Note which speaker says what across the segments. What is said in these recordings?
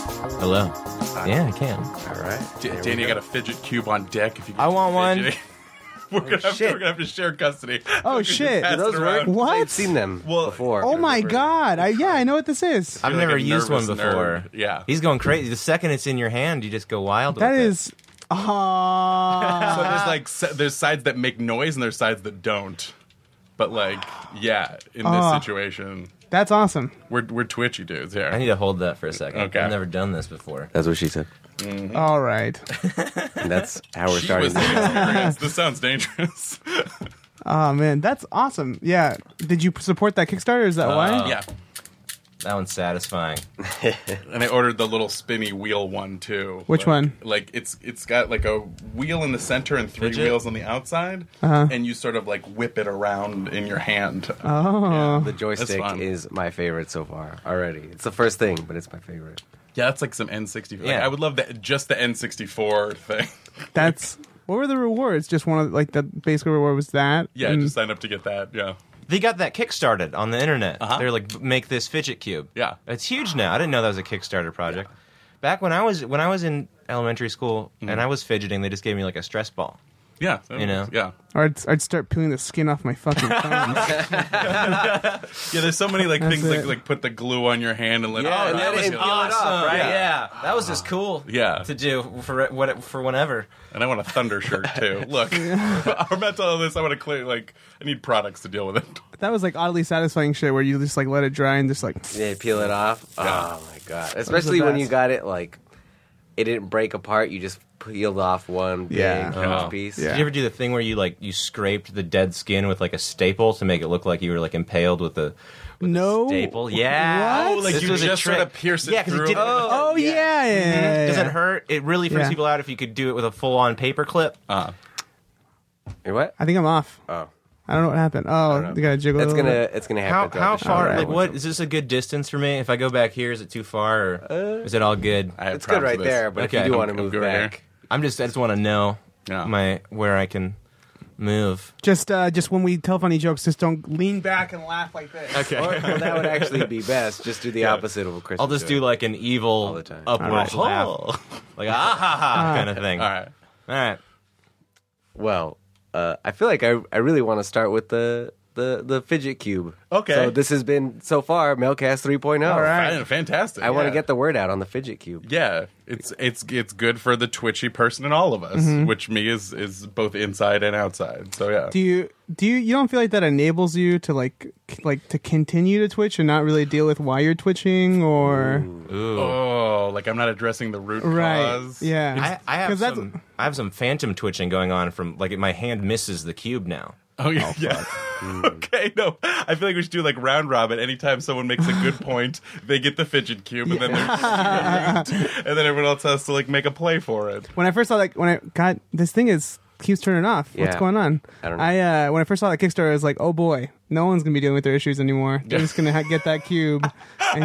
Speaker 1: Yeah. Yeah, I can.
Speaker 2: All right.
Speaker 3: D-
Speaker 2: There we
Speaker 3: Danny
Speaker 2: go.
Speaker 3: got a fidget cube on deck. If you,
Speaker 1: I want one.
Speaker 3: fidgeting. we're gonna have to,
Speaker 2: shit.
Speaker 3: we're gonna have to share custody.
Speaker 4: Oh,
Speaker 3: We can
Speaker 4: shit.
Speaker 3: pass
Speaker 4: Do
Speaker 3: it
Speaker 2: those work?
Speaker 3: around.
Speaker 4: What?
Speaker 2: I've seen them
Speaker 3: Well,
Speaker 2: before.
Speaker 4: Oh my
Speaker 2: Remember.
Speaker 4: god! I, yeah, I know what this is.
Speaker 1: I've
Speaker 3: You're like
Speaker 1: never
Speaker 3: a
Speaker 1: used one
Speaker 3: nervous
Speaker 1: before.
Speaker 3: nerd. Yeah.
Speaker 1: He's going crazy. The second it's in your hand, you just go wild.
Speaker 4: That
Speaker 1: with it.
Speaker 4: is. Ah.
Speaker 1: Uh-huh.
Speaker 3: So there's like s- there's sides that make noise and there's sides that don't. But like, yeah, in this
Speaker 4: Ah.
Speaker 3: situation,
Speaker 4: that's awesome.
Speaker 3: we're we're twitchy dudes here.
Speaker 1: Uh-huh. I need to hold that for a second.
Speaker 3: Okay.
Speaker 1: I've never done this before.
Speaker 2: That's what she said.
Speaker 4: All right.
Speaker 2: And that's how we're
Speaker 3: She
Speaker 2: starting.
Speaker 3: was experienced. this sounds dangerous.
Speaker 4: Oh man, that's awesome. Yeah. Did you support that Kickstarter? Is that why?
Speaker 3: Uh, yeah,
Speaker 1: That one's satisfying.
Speaker 3: and I ordered the little spinny wheel one too.
Speaker 4: Which
Speaker 3: Like-
Speaker 4: one?
Speaker 3: Like it's it's got like a wheel in the center and three
Speaker 1: Fidget?
Speaker 3: wheels on the outside, and you sort of like whip it around in your hand.
Speaker 4: Uh-huh. Oh.
Speaker 2: The joystick
Speaker 3: fun.
Speaker 2: is my favorite so far already. It's the first thing, but it's my favorite.
Speaker 3: Yeah, that's like some N64. Like,
Speaker 1: Yeah.
Speaker 3: I would love that just the N64 thing.
Speaker 4: That's. What were the rewards? Just one of like the basic reward was that.
Speaker 3: Yeah,
Speaker 4: And-
Speaker 3: just sign up to get that. Yeah.
Speaker 1: They got that kickstarted on the internet. They're like, make this fidget cube.
Speaker 3: Yeah.
Speaker 1: it's huge now. I didn't know that was a Kickstarter project. Back when I was when I was in elementary school and I was fidgeting, they just gave me like a stress ball.
Speaker 3: Yeah.
Speaker 1: You know?
Speaker 3: Yeah.
Speaker 4: or I'd, I'd start peeling the skin off my fucking thumbs.
Speaker 3: Yeah, there's so many like
Speaker 4: That's
Speaker 3: things like
Speaker 4: it.
Speaker 3: like put the glue on your hand and let
Speaker 2: Yeah,
Speaker 3: oh,
Speaker 2: and
Speaker 3: that
Speaker 2: then
Speaker 3: was
Speaker 2: it-
Speaker 3: good.
Speaker 2: oh. it off, right?
Speaker 1: Yeah. that was just cool.
Speaker 3: Yeah.
Speaker 1: to do for what for whenever.
Speaker 3: and I want a thunder shirt too. Look, I'm not telling this. I want to clear like I need products to deal with it.
Speaker 4: that was like oddly satisfying shit where you just like let it dry and just like.
Speaker 2: Yeah, peel it off. Oh my god! Especially
Speaker 4: the
Speaker 2: when
Speaker 4: best.
Speaker 2: you got it like it didn't break apart. You just peeled off one big
Speaker 4: Yeah.
Speaker 2: huge
Speaker 3: Oh.
Speaker 2: piece.
Speaker 4: Yeah.
Speaker 1: Did you ever do the thing where you like you scraped the dead skin with like a staple to make it look like you were like impaled with a
Speaker 4: No.
Speaker 1: staple? Yeah,
Speaker 4: What?
Speaker 3: Oh, like
Speaker 1: This
Speaker 3: you
Speaker 1: was a
Speaker 3: just sort
Speaker 1: trick.
Speaker 3: of pierce it
Speaker 1: Yeah, 'cause it
Speaker 3: through.
Speaker 1: didn't-
Speaker 3: Oh.
Speaker 4: Oh yeah. yeah, yeah, yeah,
Speaker 1: Does
Speaker 4: yeah.
Speaker 1: it hurt? It really freaks
Speaker 4: Yeah.
Speaker 1: people out if you could do it with a full on paper clip.
Speaker 3: Uh,
Speaker 2: Wait, What?
Speaker 4: I think I'm off.
Speaker 2: Oh,
Speaker 4: I don't know what happened. Oh, you gotta jiggle.
Speaker 2: it's
Speaker 4: a little
Speaker 2: gonna
Speaker 4: bit.
Speaker 2: it's gonna
Speaker 1: How
Speaker 2: happen. throughout
Speaker 1: how
Speaker 2: the show.
Speaker 1: far?
Speaker 2: Alright,
Speaker 1: Like, what is this a good distance for me? If I go back here, is it too far?
Speaker 4: Uh,
Speaker 1: Or is it all good?
Speaker 3: I have
Speaker 2: It's good
Speaker 3: problems
Speaker 2: right
Speaker 3: with this.
Speaker 2: there, but if
Speaker 1: Okay.
Speaker 2: you do
Speaker 1: I'm-
Speaker 2: want to
Speaker 3: I'm
Speaker 2: move
Speaker 3: good right
Speaker 2: back,
Speaker 1: I'm just I just want to know
Speaker 3: Yeah.
Speaker 1: my where I can move.
Speaker 4: Just uh, just when we tell funny jokes, just don't lean back and laugh like this.
Speaker 3: Okay.
Speaker 2: or, or that would actually be best. Just do the opposite of what Chris.
Speaker 1: I'll
Speaker 2: was
Speaker 1: just do
Speaker 2: doing.
Speaker 1: like an evil
Speaker 2: the time.
Speaker 1: upward
Speaker 4: Alright.
Speaker 1: laugh, like ah ha ha kind of thing.
Speaker 3: All right.
Speaker 1: All right.
Speaker 2: Well, uh, I feel like I I really want to start with the. The, the fidget cube.
Speaker 3: Okay.
Speaker 2: So this has been so far Melcast 3.0.
Speaker 4: All right.
Speaker 3: Fan- Fantastic.
Speaker 2: I want to get the word out on the fidget cube.
Speaker 3: Yeah, it's it's it's good for the twitchy person in all of us, which me is is both inside and outside. So yeah.
Speaker 4: Mm-hmm. Do you do you you don't feel like that enables you to like c- like to continue to twitch and not really deal with why you're twitching or
Speaker 3: oh, like I'm not addressing the root
Speaker 4: right?
Speaker 3: cause.
Speaker 4: Yeah,
Speaker 1: I, I have
Speaker 4: 'Cause that's-
Speaker 1: some I have some phantom twitching going on from like my hand misses the cube now.
Speaker 3: Oh Mm. yeah. yeah. okay. No, I feel like we should do like round robin. Anytime someone makes a good point, they get the fidget cube, and then they're and then everyone else has to like make a play for it.
Speaker 4: when I first saw like when I God, this thing is keeps turning off. What's
Speaker 2: Yeah.
Speaker 4: going on?
Speaker 2: I don't know.
Speaker 4: uh, when I first saw that Kickstarter, I was like, oh boy, no one's gonna be dealing with their issues anymore. They're just gonna ha- get that cube and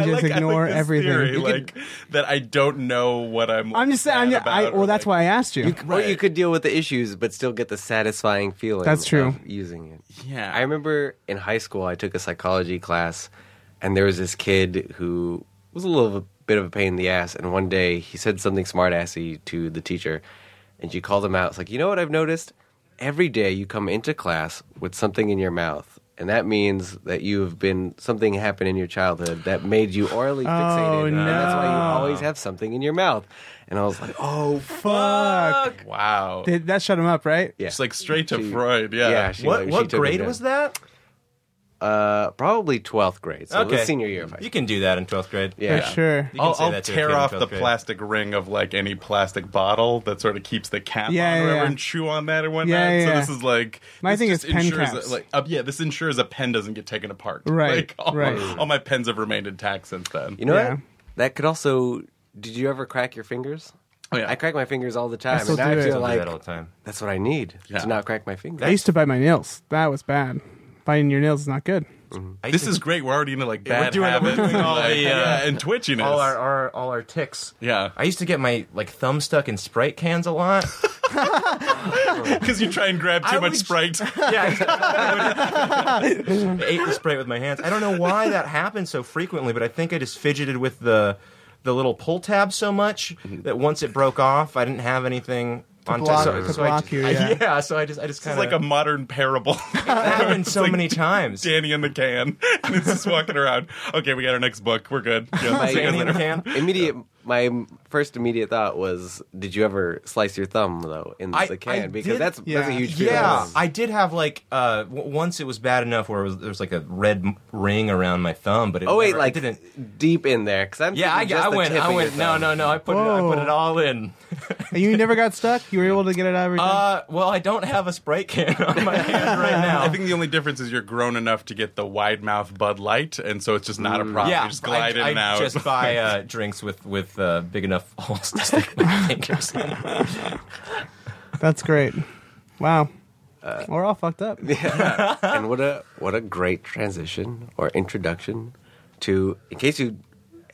Speaker 3: I
Speaker 4: just
Speaker 3: like- I like
Speaker 4: ignore
Speaker 3: this
Speaker 4: everything.
Speaker 3: Theory,
Speaker 4: You
Speaker 3: like
Speaker 4: could-
Speaker 3: that, I don't know what I'm.
Speaker 4: I'm just saying. I'm,
Speaker 3: sad
Speaker 4: I,
Speaker 3: about,
Speaker 4: well,
Speaker 3: or,
Speaker 4: that's
Speaker 3: like-
Speaker 4: why I asked you.
Speaker 2: Or you could deal with the issues, but still get the satisfying feeling.
Speaker 4: That's true.
Speaker 2: of using it.
Speaker 3: Yeah.
Speaker 2: I remember in high school, I took a psychology class, and there was this kid who was a little of a- bit of a pain in the ass. And one day, he said something smartassy to the teacher, and she called him out. It's like, you know what I've noticed? Every day you come into class with something in your mouth. And that means that you have been something happened in your childhood that made you
Speaker 1: Oh,
Speaker 2: orally fixated, and that's why you always have something in your mouth. And I was like, "Oh
Speaker 4: Fuck.
Speaker 3: Wow.
Speaker 4: Did that shut him up, right?
Speaker 2: yeah.
Speaker 3: It's like straight to
Speaker 2: She-
Speaker 3: Freud. Yeah.
Speaker 2: yeah, she-
Speaker 1: what
Speaker 2: like,
Speaker 1: what
Speaker 2: took me
Speaker 1: grade
Speaker 2: down.
Speaker 1: was that?
Speaker 2: Uh, probably twelfth grade. So
Speaker 1: Okay.
Speaker 2: okay. senior year of high
Speaker 1: You
Speaker 2: school.
Speaker 1: can do that in twelfth grade.
Speaker 2: Yeah. Oh,
Speaker 4: For sure.
Speaker 1: You can
Speaker 3: I'll,
Speaker 1: say
Speaker 3: I'll
Speaker 1: that to a
Speaker 3: tear
Speaker 1: kid in
Speaker 3: off the
Speaker 1: 12th grade.
Speaker 3: plastic ring of like any plastic bottle that sort of keeps the cap
Speaker 4: Yeah,
Speaker 3: on or
Speaker 4: yeah,
Speaker 3: whatever
Speaker 4: yeah.
Speaker 3: and chew on that or whatnot.
Speaker 4: Yeah, yeah,
Speaker 3: so
Speaker 4: yeah.
Speaker 3: this is like
Speaker 4: My
Speaker 3: this
Speaker 4: thing
Speaker 3: just
Speaker 4: is pen
Speaker 3: ensures
Speaker 4: caps.
Speaker 3: That, like, uh, yeah, this ensures a pen doesn't get taken apart.
Speaker 4: Right,
Speaker 3: Like, all,
Speaker 4: right.
Speaker 3: all my pens have remained intact since then.
Speaker 2: You know
Speaker 4: Yeah.
Speaker 2: what? That could also. Did you ever crack your fingers?
Speaker 3: Oh, yeah.
Speaker 2: I crack my fingers all the time,
Speaker 4: still
Speaker 2: and now I
Speaker 4: do it.
Speaker 2: feel
Speaker 1: I do
Speaker 2: like
Speaker 1: that all the time.
Speaker 2: that's what I need
Speaker 3: Yeah.
Speaker 2: to not crack my fingers.
Speaker 4: I used to bite my nails. That was bad. Biting your nails is not good.
Speaker 1: I used
Speaker 3: this
Speaker 1: to-
Speaker 3: is great. We're already into like
Speaker 1: we're
Speaker 3: bad
Speaker 1: doing- we're
Speaker 3: habits
Speaker 1: doing
Speaker 3: and,
Speaker 1: all
Speaker 3: like,
Speaker 1: the, uh,
Speaker 3: yeah, and twitchiness.
Speaker 1: all our, our all our ticks.
Speaker 3: yeah,
Speaker 1: I used to get my like thumb stuck in Sprite cans a lot.
Speaker 3: because you try and grab
Speaker 1: I
Speaker 3: too much
Speaker 1: would-
Speaker 3: Sprite.
Speaker 1: yeah, I ate the Sprite with my hands. I don't know why that happened so frequently, but I think I just fidgeted with the the little pull tab so much that once it broke off, I didn't have anything on
Speaker 4: block-
Speaker 1: so,
Speaker 4: to
Speaker 1: so I
Speaker 4: block
Speaker 1: just-
Speaker 4: you,
Speaker 1: I-
Speaker 4: yeah.
Speaker 1: so I just I just
Speaker 3: It's
Speaker 1: kind
Speaker 3: like a modern parable.
Speaker 1: happened so many times.
Speaker 3: Danny in the can, and it's just walking around. Okay, we got our next book. We're good. Yeah, see you guys
Speaker 1: Danny in the
Speaker 3: later.
Speaker 1: can.
Speaker 2: Immediate. My first immediate thought was, did you ever slice your thumb though in
Speaker 1: I-
Speaker 2: the can?
Speaker 1: I
Speaker 2: because
Speaker 1: did-
Speaker 2: that's that's a
Speaker 4: yeah.
Speaker 2: huge fear.
Speaker 1: Yeah, I did have like uh, w- once it was bad enough where it was, there was like a red m- ring around my thumb, but it
Speaker 2: oh wait,
Speaker 1: never- it
Speaker 2: like
Speaker 1: didn't.
Speaker 2: deep in there. Because I'm
Speaker 1: Yeah, I,
Speaker 2: thinking just
Speaker 1: I
Speaker 2: the
Speaker 1: went.
Speaker 2: tip
Speaker 1: I
Speaker 2: of your
Speaker 1: went. No,
Speaker 2: thumb.
Speaker 1: no, no. I put it. I put
Speaker 4: Whoa.
Speaker 1: it all in.
Speaker 4: And you never got stuck. You were able to get it out every time.
Speaker 1: Uh, well, I don't have a sprite can on my hand right
Speaker 3: I
Speaker 2: Um,
Speaker 1: now.
Speaker 3: think the only difference is you're grown enough to get the wide mouth Bud Light, and so it's just not a
Speaker 2: Mm.
Speaker 3: problem.
Speaker 1: Yeah,
Speaker 3: you just glide
Speaker 1: I,
Speaker 3: in and
Speaker 1: I
Speaker 3: out.
Speaker 1: just buy uh, drinks with with uh, big enough holes to stick my fingers in.
Speaker 2: Uh,
Speaker 4: That's great. Wow. we're all fucked up.
Speaker 2: and what a what a great transition or introduction to. In case you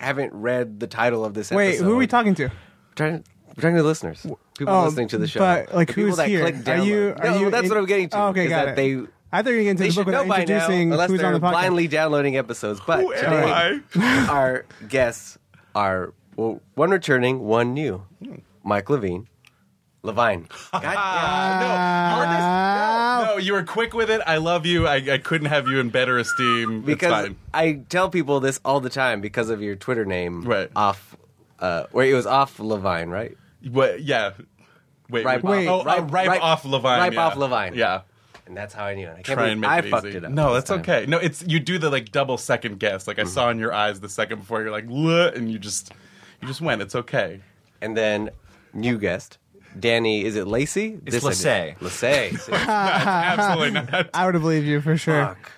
Speaker 2: haven't read the title of this,
Speaker 4: Wait,
Speaker 2: episode,
Speaker 4: who are we talking to?
Speaker 2: We're trying, we're talking to the listeners, people
Speaker 4: Oh,
Speaker 2: listening to the show,
Speaker 4: But like,
Speaker 2: the people
Speaker 4: who's
Speaker 2: that
Speaker 4: here?
Speaker 2: click
Speaker 4: are
Speaker 2: download.
Speaker 4: you? Are
Speaker 2: no,
Speaker 4: you
Speaker 2: that's
Speaker 4: in-
Speaker 2: what I'm getting to.
Speaker 4: Oh, okay,
Speaker 2: is
Speaker 4: got
Speaker 2: that
Speaker 4: it.
Speaker 2: They
Speaker 4: I thought you were getting to
Speaker 2: they
Speaker 4: the book
Speaker 2: should know
Speaker 4: without
Speaker 2: by now,
Speaker 4: introducing
Speaker 2: unless
Speaker 4: who's
Speaker 2: they're
Speaker 4: on the podcast.
Speaker 2: blindly downloading episodes. But
Speaker 3: Who am
Speaker 2: today, our guests are well, one returning, one new. Mike Levine, Levine. God damn.
Speaker 3: no, no, you were quick with it. I love you. I, I couldn't have you in better esteem. it's
Speaker 2: because
Speaker 3: fine.
Speaker 2: I tell people this all the time because of your Twitter name,
Speaker 3: Right.
Speaker 2: Off, uh, where it was off Levine, right?
Speaker 3: What? Yeah. Wait.
Speaker 2: Ripe
Speaker 3: wait.
Speaker 2: off-
Speaker 3: oh, ripe,
Speaker 2: ripe-
Speaker 3: ripe,
Speaker 2: ripe-
Speaker 3: off Levine.
Speaker 2: ripe
Speaker 3: yeah.
Speaker 2: off Levine.
Speaker 3: Yeah.
Speaker 2: And that's how I knew it. I can't
Speaker 3: Try and
Speaker 2: believe
Speaker 3: make
Speaker 2: I
Speaker 3: it
Speaker 2: fucked
Speaker 3: easy.
Speaker 2: it up. Mm.
Speaker 3: No,
Speaker 2: this
Speaker 3: that's
Speaker 2: time.
Speaker 3: okay. No, it's you do the like double second guess. Like I saw in your eyes the second before you're like, "Bleh," and you just you just went. It's okay.
Speaker 2: And then new guest, Danny. Is it Lacey?
Speaker 1: It's
Speaker 2: I did- Lacey.
Speaker 3: Absolutely not.
Speaker 4: I would have believed you for sure.
Speaker 2: Fuck.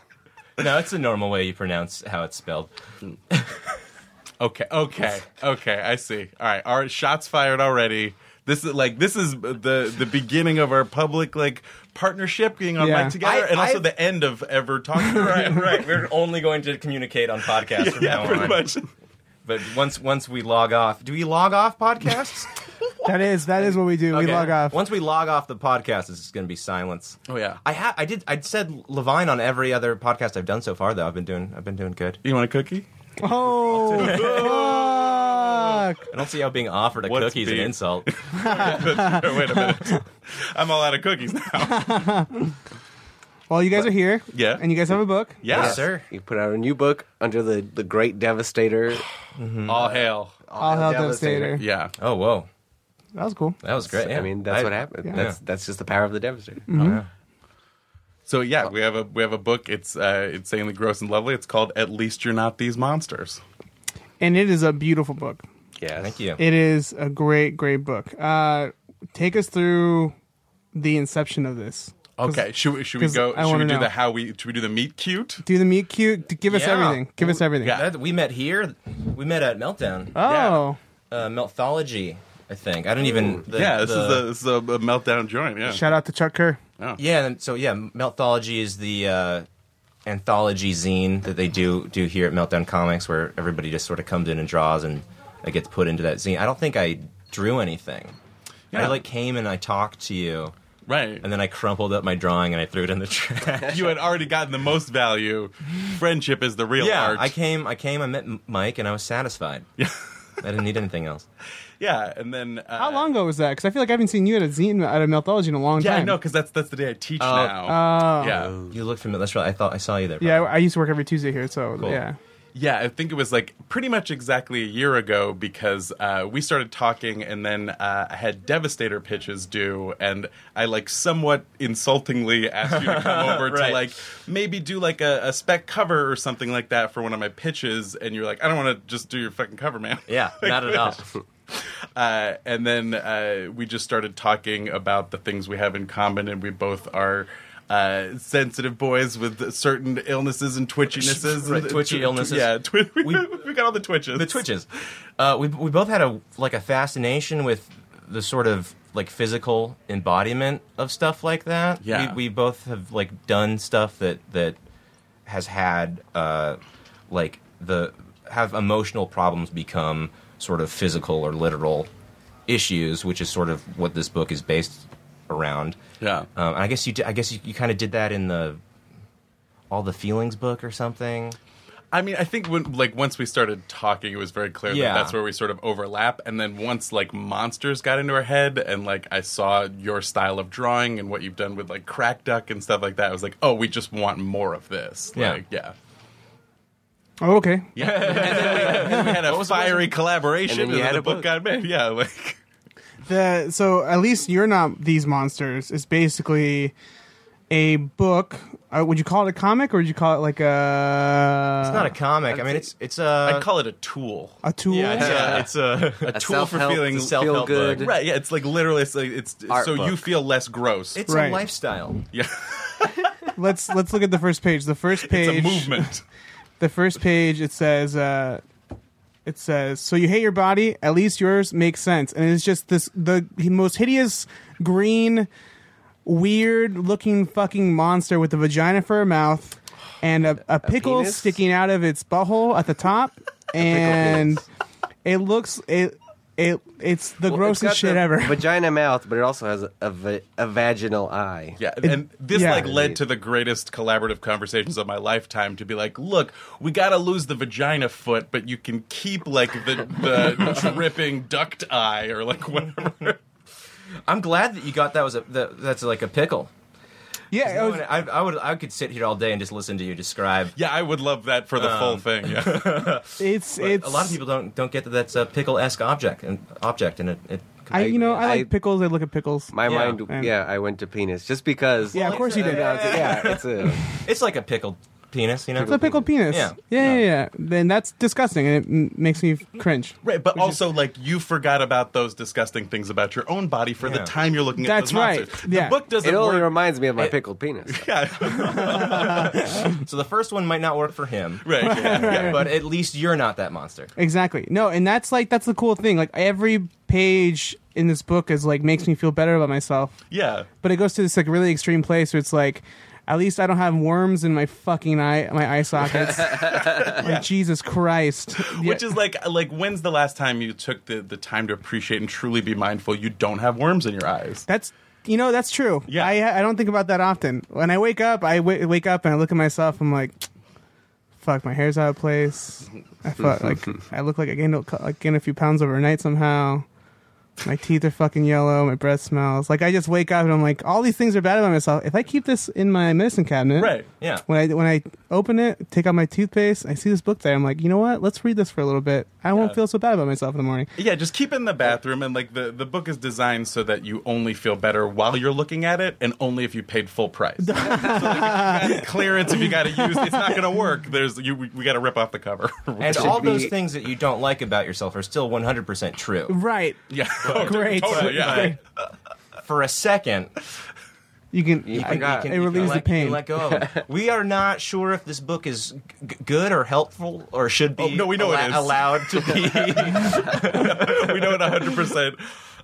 Speaker 1: No, it's the normal way you pronounce how it's spelled.
Speaker 3: Okay, okay, okay. I see. All right, our shots fired already. This is like this is the the beginning of our public like partnership being on
Speaker 4: Yeah.
Speaker 3: mic together,
Speaker 2: I-
Speaker 3: and also
Speaker 2: I've-
Speaker 3: the end of ever talking. right,
Speaker 1: Right, we're only going to communicate on podcasts from
Speaker 3: yeah,
Speaker 1: now
Speaker 3: pretty
Speaker 1: on.
Speaker 3: much.
Speaker 1: But once once we log off, do we log off podcasts?
Speaker 4: That is that is what we do. We
Speaker 1: Okay.
Speaker 4: log off.
Speaker 1: Once we log off the podcast, it's just going to be silence.
Speaker 3: Oh yeah.
Speaker 1: I ha- I did I said Levine on every other podcast I've done so far though. I've been doing I've been doing good.
Speaker 3: you want a cookie?
Speaker 4: Oh, fuck.
Speaker 1: I don't see how being offered a
Speaker 3: What's
Speaker 1: cookie is an
Speaker 3: being-
Speaker 1: insult.
Speaker 3: Oh, Wait a minute. I'm all out of cookies now.
Speaker 4: Well, you guys are here.
Speaker 3: Yeah.
Speaker 4: And you guys have a book.
Speaker 3: Yeah,
Speaker 1: Yes, sir.
Speaker 2: You put out a new book under the the Great Devastator.
Speaker 3: All hail.
Speaker 4: All Hell Devastator.
Speaker 3: Mm. Yeah.
Speaker 1: Oh whoa,
Speaker 4: That was cool.
Speaker 1: that was great. Yeah. Mm-hmm.
Speaker 2: I mean, that's
Speaker 1: I-
Speaker 2: what happened.
Speaker 4: yeah.
Speaker 2: That's that's just the power of the Devastator. Oh,
Speaker 3: So yeah, we have a we have a book. It's uh, insanely gross and lovely. It's called At Least You're Not These Monsters.
Speaker 4: And it is a beautiful book.
Speaker 2: Yes.
Speaker 1: Thank you.
Speaker 4: It is a great, great book. Uh, take us through the inception of this.
Speaker 3: Okay, should we, should we
Speaker 4: 'cause
Speaker 3: go?
Speaker 4: I
Speaker 3: Should we
Speaker 4: wanna
Speaker 3: do
Speaker 4: know.
Speaker 3: the how we? Should we do the meet cute?
Speaker 4: Do the meet cute. d- Give us
Speaker 1: Yeah.
Speaker 4: everything. Give us everything.
Speaker 3: Yeah.
Speaker 1: That- we met here. We met at Meltdown.
Speaker 4: Oh,
Speaker 1: Uh, Melthology, I think. I don't even. The,
Speaker 3: yeah, this
Speaker 1: the-
Speaker 3: is a, this is a meltdown joint. Yeah,
Speaker 4: shout out to Chuck Kerr.
Speaker 1: Yeah, and so yeah, Melthology is the uh, anthology zine that they do do here at Meltdown Comics, where everybody just sort of comes in and draws, and I get put into that zine. I don't think I drew anything.
Speaker 3: Yeah.
Speaker 1: I like came and I talked to you,
Speaker 3: right.
Speaker 1: and then I crumpled up my drawing and I threw it in the trash.
Speaker 3: you had already gotten the most value. Friendship is the real
Speaker 1: yeah,
Speaker 3: art.
Speaker 1: I came. I came. I met M- Mike, and I was satisfied. Yeah. I didn't need anything else.
Speaker 3: yeah, and then uh,
Speaker 4: How long ago was that? Because I feel like I haven't seen you at a zine at a Melthology in a long
Speaker 3: Yeah, I
Speaker 4: time.
Speaker 3: know because that's that's the day I
Speaker 1: Oh.
Speaker 3: teach now. yeah,
Speaker 1: You look familiar. That's right. I thought I saw you there.
Speaker 4: Yeah, I I used to work every Tuesday here, so yeah.
Speaker 3: yeah. I think it was like pretty much exactly a year ago because uh, we started talking, and then uh, I had Devastator pitches due, and I like somewhat insultingly asked you to come over
Speaker 1: Right.
Speaker 3: to like maybe do like a, a spec cover or something like that for one of my pitches, and you're like, I don't want to just do your fucking cover, man.
Speaker 1: Yeah, not at all.
Speaker 3: uh, and then uh, we just started talking about the things we have in common, and we both are uh, sensitive boys with certain illnesses and twitchinesses.
Speaker 1: Right,
Speaker 3: and-
Speaker 1: twitchy
Speaker 3: tw- tw-
Speaker 1: illnesses.
Speaker 3: Yeah, twi- we,
Speaker 1: We-
Speaker 3: we got all the twitches.
Speaker 1: the twitches. Uh, we we both had a like a fascination with the sort of like physical embodiment of stuff like that.
Speaker 3: Yeah.
Speaker 1: we, we both have like done stuff that that has had uh, like the have emotional problems become sort of physical or literal issues, which is sort of what this book is based around.
Speaker 3: Yeah.
Speaker 1: Um, I guess you. Did, I guess you, you kind of did that in the all the feelings book or something.
Speaker 3: I mean, I think when like once we started talking, it was very clear
Speaker 1: Yeah.
Speaker 3: that that's where we sort of overlap. And then once like monsters got into our head, and like I saw your style of drawing and what you've done with like Crack Duck and stuff like that, I was like, oh, we just want more of this.
Speaker 1: Yeah.
Speaker 3: Like, yeah.
Speaker 4: Oh, okay.
Speaker 3: Yeah. and then we, we had a fiery collaboration,
Speaker 2: And
Speaker 3: and,
Speaker 2: then you had
Speaker 3: then the
Speaker 2: a
Speaker 3: book
Speaker 2: book.
Speaker 3: got made. Yeah, like
Speaker 4: The, so at least you're not these monsters. Is basically a book. Uh, would you call it a comic, or would you call it like a?
Speaker 1: It's not a comic. I mean, it's it's uh,
Speaker 3: I'd
Speaker 1: a
Speaker 3: call it a tool.
Speaker 4: Uh, a tool.
Speaker 1: yeah, it's a, it's a,
Speaker 3: A tool for
Speaker 2: self-help,
Speaker 3: feeling
Speaker 2: it's a self-help
Speaker 1: feel-good.
Speaker 2: book.
Speaker 3: Right, yeah, it's like literally, it's like it's
Speaker 2: Art
Speaker 3: so you
Speaker 2: book.
Speaker 3: feel less gross.
Speaker 1: it's
Speaker 4: Right.
Speaker 1: a lifestyle.
Speaker 3: yeah,
Speaker 4: Let's let's look at the first page. The first page.
Speaker 3: it's a movement.
Speaker 4: The first page. It says. Uh, it says, "So you hate your body? At least yours makes sense." And it's just this the most hideous green, weird-looking fucking monster with a vagina for a mouth, and a, a pickle
Speaker 2: penis?
Speaker 4: sticking out of its butthole at the top, and it looks it it it's the
Speaker 2: Well, it's
Speaker 4: grossest
Speaker 2: got
Speaker 4: shit
Speaker 2: the
Speaker 4: ever.
Speaker 2: Vagina mouth, but it also has a, va- a vaginal eye.
Speaker 3: Yeah, and this
Speaker 4: yeah.
Speaker 3: like led to the greatest collaborative conversations of my lifetime. To be like, look, we gotta lose the vagina foot, but you can keep like the, the dripping duct eye or like whatever.
Speaker 1: I'm glad that you got that was a that, that's like a pickle.
Speaker 4: yeah, it was-
Speaker 1: I, I would I could sit here all day and just listen to you describe.
Speaker 3: Yeah, I would love that for the full
Speaker 2: Um,
Speaker 3: thing. Yeah,
Speaker 4: it's
Speaker 1: But
Speaker 4: it's
Speaker 1: a lot of people don't don't get that that's a pickle esque object and object and it. it
Speaker 4: I you know I,
Speaker 2: I-
Speaker 4: like pickles. I look at pickles.
Speaker 2: My
Speaker 1: Yeah.
Speaker 2: mind,
Speaker 4: And-
Speaker 2: yeah, I went to penis just because.
Speaker 4: yeah, of course you did.
Speaker 2: Uh, it's- yeah, it's a.
Speaker 1: it's like a pickled penis, you know.
Speaker 4: It's a pickled penis.
Speaker 1: Yeah.
Speaker 4: yeah, yeah. yeah. Then that's disgusting, and it m- makes me cringe.
Speaker 3: right. But also, like, you forgot about those disgusting things about your own body for
Speaker 1: Yeah.
Speaker 3: the time you're looking
Speaker 4: That's
Speaker 3: at those
Speaker 4: right,
Speaker 3: monsters.
Speaker 4: yeah.
Speaker 3: The book doesn't
Speaker 2: It only
Speaker 3: work.
Speaker 2: reminds me of my
Speaker 1: It-
Speaker 2: pickled penis.
Speaker 3: yeah,
Speaker 1: So the first one might not work for him,
Speaker 3: right. Yeah.
Speaker 1: but at least you're not that monster.
Speaker 4: Exactly. No, and that's like that's the cool thing. Like every page in this book is like makes me feel better about myself.
Speaker 3: yeah.
Speaker 4: But it goes to this like really extreme place where it's like, at least I don't have worms in my fucking eye, my eye sockets. Like Jesus Christ.
Speaker 3: Which is like like when's the last time you took the, the time to appreciate and truly be mindful you don't have worms in your eyes?
Speaker 4: that's you know that's true.
Speaker 3: Yeah.
Speaker 4: I I don't think about that often. When I wake up, I w- wake up and I look at myself. I'm like. Fuck, my hair's out of place. I fuck, like I look like I gained a, cou- like gained a few pounds overnight somehow. My teeth are fucking yellow. My breath smells. Like I just wake up and I'm like, all these things are bad about myself. If I keep this in my medicine cabinet,
Speaker 3: Right.
Speaker 1: Yeah.
Speaker 4: When I when I open it, take out my toothpaste, I see this book there. I'm like, you know what? Let's read this for a little bit. I won't
Speaker 3: Yeah.
Speaker 4: feel so bad about myself in the morning.
Speaker 3: Yeah, just keep it in the bathroom and like the, the book is designed so that you only feel better while you're looking at it and only if you paid full price. so like, if you got clearance if you got to use it's not going to work. There's you we, we got to rip off the cover.
Speaker 1: And
Speaker 2: should
Speaker 1: all those
Speaker 2: be-
Speaker 1: things that you don't like about yourself are still 100% true.
Speaker 4: Right.
Speaker 3: yeah.
Speaker 4: Great.
Speaker 3: Oh, Totally, yeah.
Speaker 1: For a second,
Speaker 4: You can.
Speaker 1: I-
Speaker 2: You
Speaker 4: I-
Speaker 1: you
Speaker 2: forgot.
Speaker 1: can-
Speaker 4: It
Speaker 1: you can
Speaker 4: relieves the
Speaker 1: let- you can
Speaker 4: pain.
Speaker 1: Let go. of it. we are not sure if this book is g- good or helpful or should be.
Speaker 3: Oh, no, we know it is.
Speaker 1: allowed to be.
Speaker 3: we know it 100%.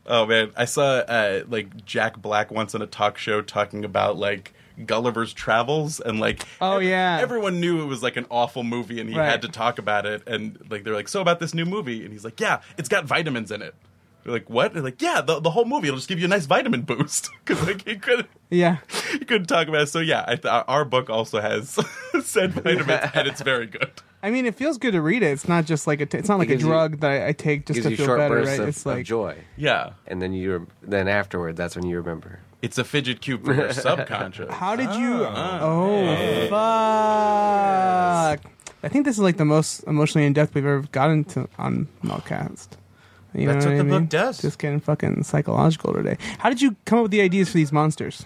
Speaker 3: Oh man, I saw uh, like Jack Black once on a talk show talking about like Gulliver's Travels and like
Speaker 4: Oh, yeah.
Speaker 3: everyone knew it was like an awful movie and he
Speaker 4: Right.
Speaker 3: had to talk about it and like they're like so about this new movie and he's like yeah it's got vitamins in it. They're like what? They're like yeah the, the whole movie it'll just give you a nice vitamin boost because like he couldn't
Speaker 4: Yeah.
Speaker 3: he couldn't talk about it. So yeah, I th- our book also has said vitamins and it's very good.
Speaker 4: I mean, it feels good to read it. It's not just like a. T- it's not like a
Speaker 2: gives you-
Speaker 4: drug that I, I take just
Speaker 2: Gives
Speaker 4: to
Speaker 2: you
Speaker 4: feel
Speaker 2: short
Speaker 4: better,
Speaker 2: bursts
Speaker 4: right?
Speaker 2: of,
Speaker 4: it's
Speaker 2: of
Speaker 4: like
Speaker 2: joy,
Speaker 3: Yeah,
Speaker 2: and then you rem- then afterward, that's when you remember.
Speaker 3: it's a fidget cube for your subconscious.
Speaker 4: how did you?
Speaker 1: Ah,
Speaker 4: Oh, fuck! I think this is like the most emotionally in depth we've ever gotten to on Melcast. You
Speaker 1: That's
Speaker 4: know
Speaker 1: what
Speaker 4: I
Speaker 1: the book
Speaker 4: mean?
Speaker 1: does.
Speaker 4: Just getting fucking psychological today. How did you come up with the ideas for these monsters?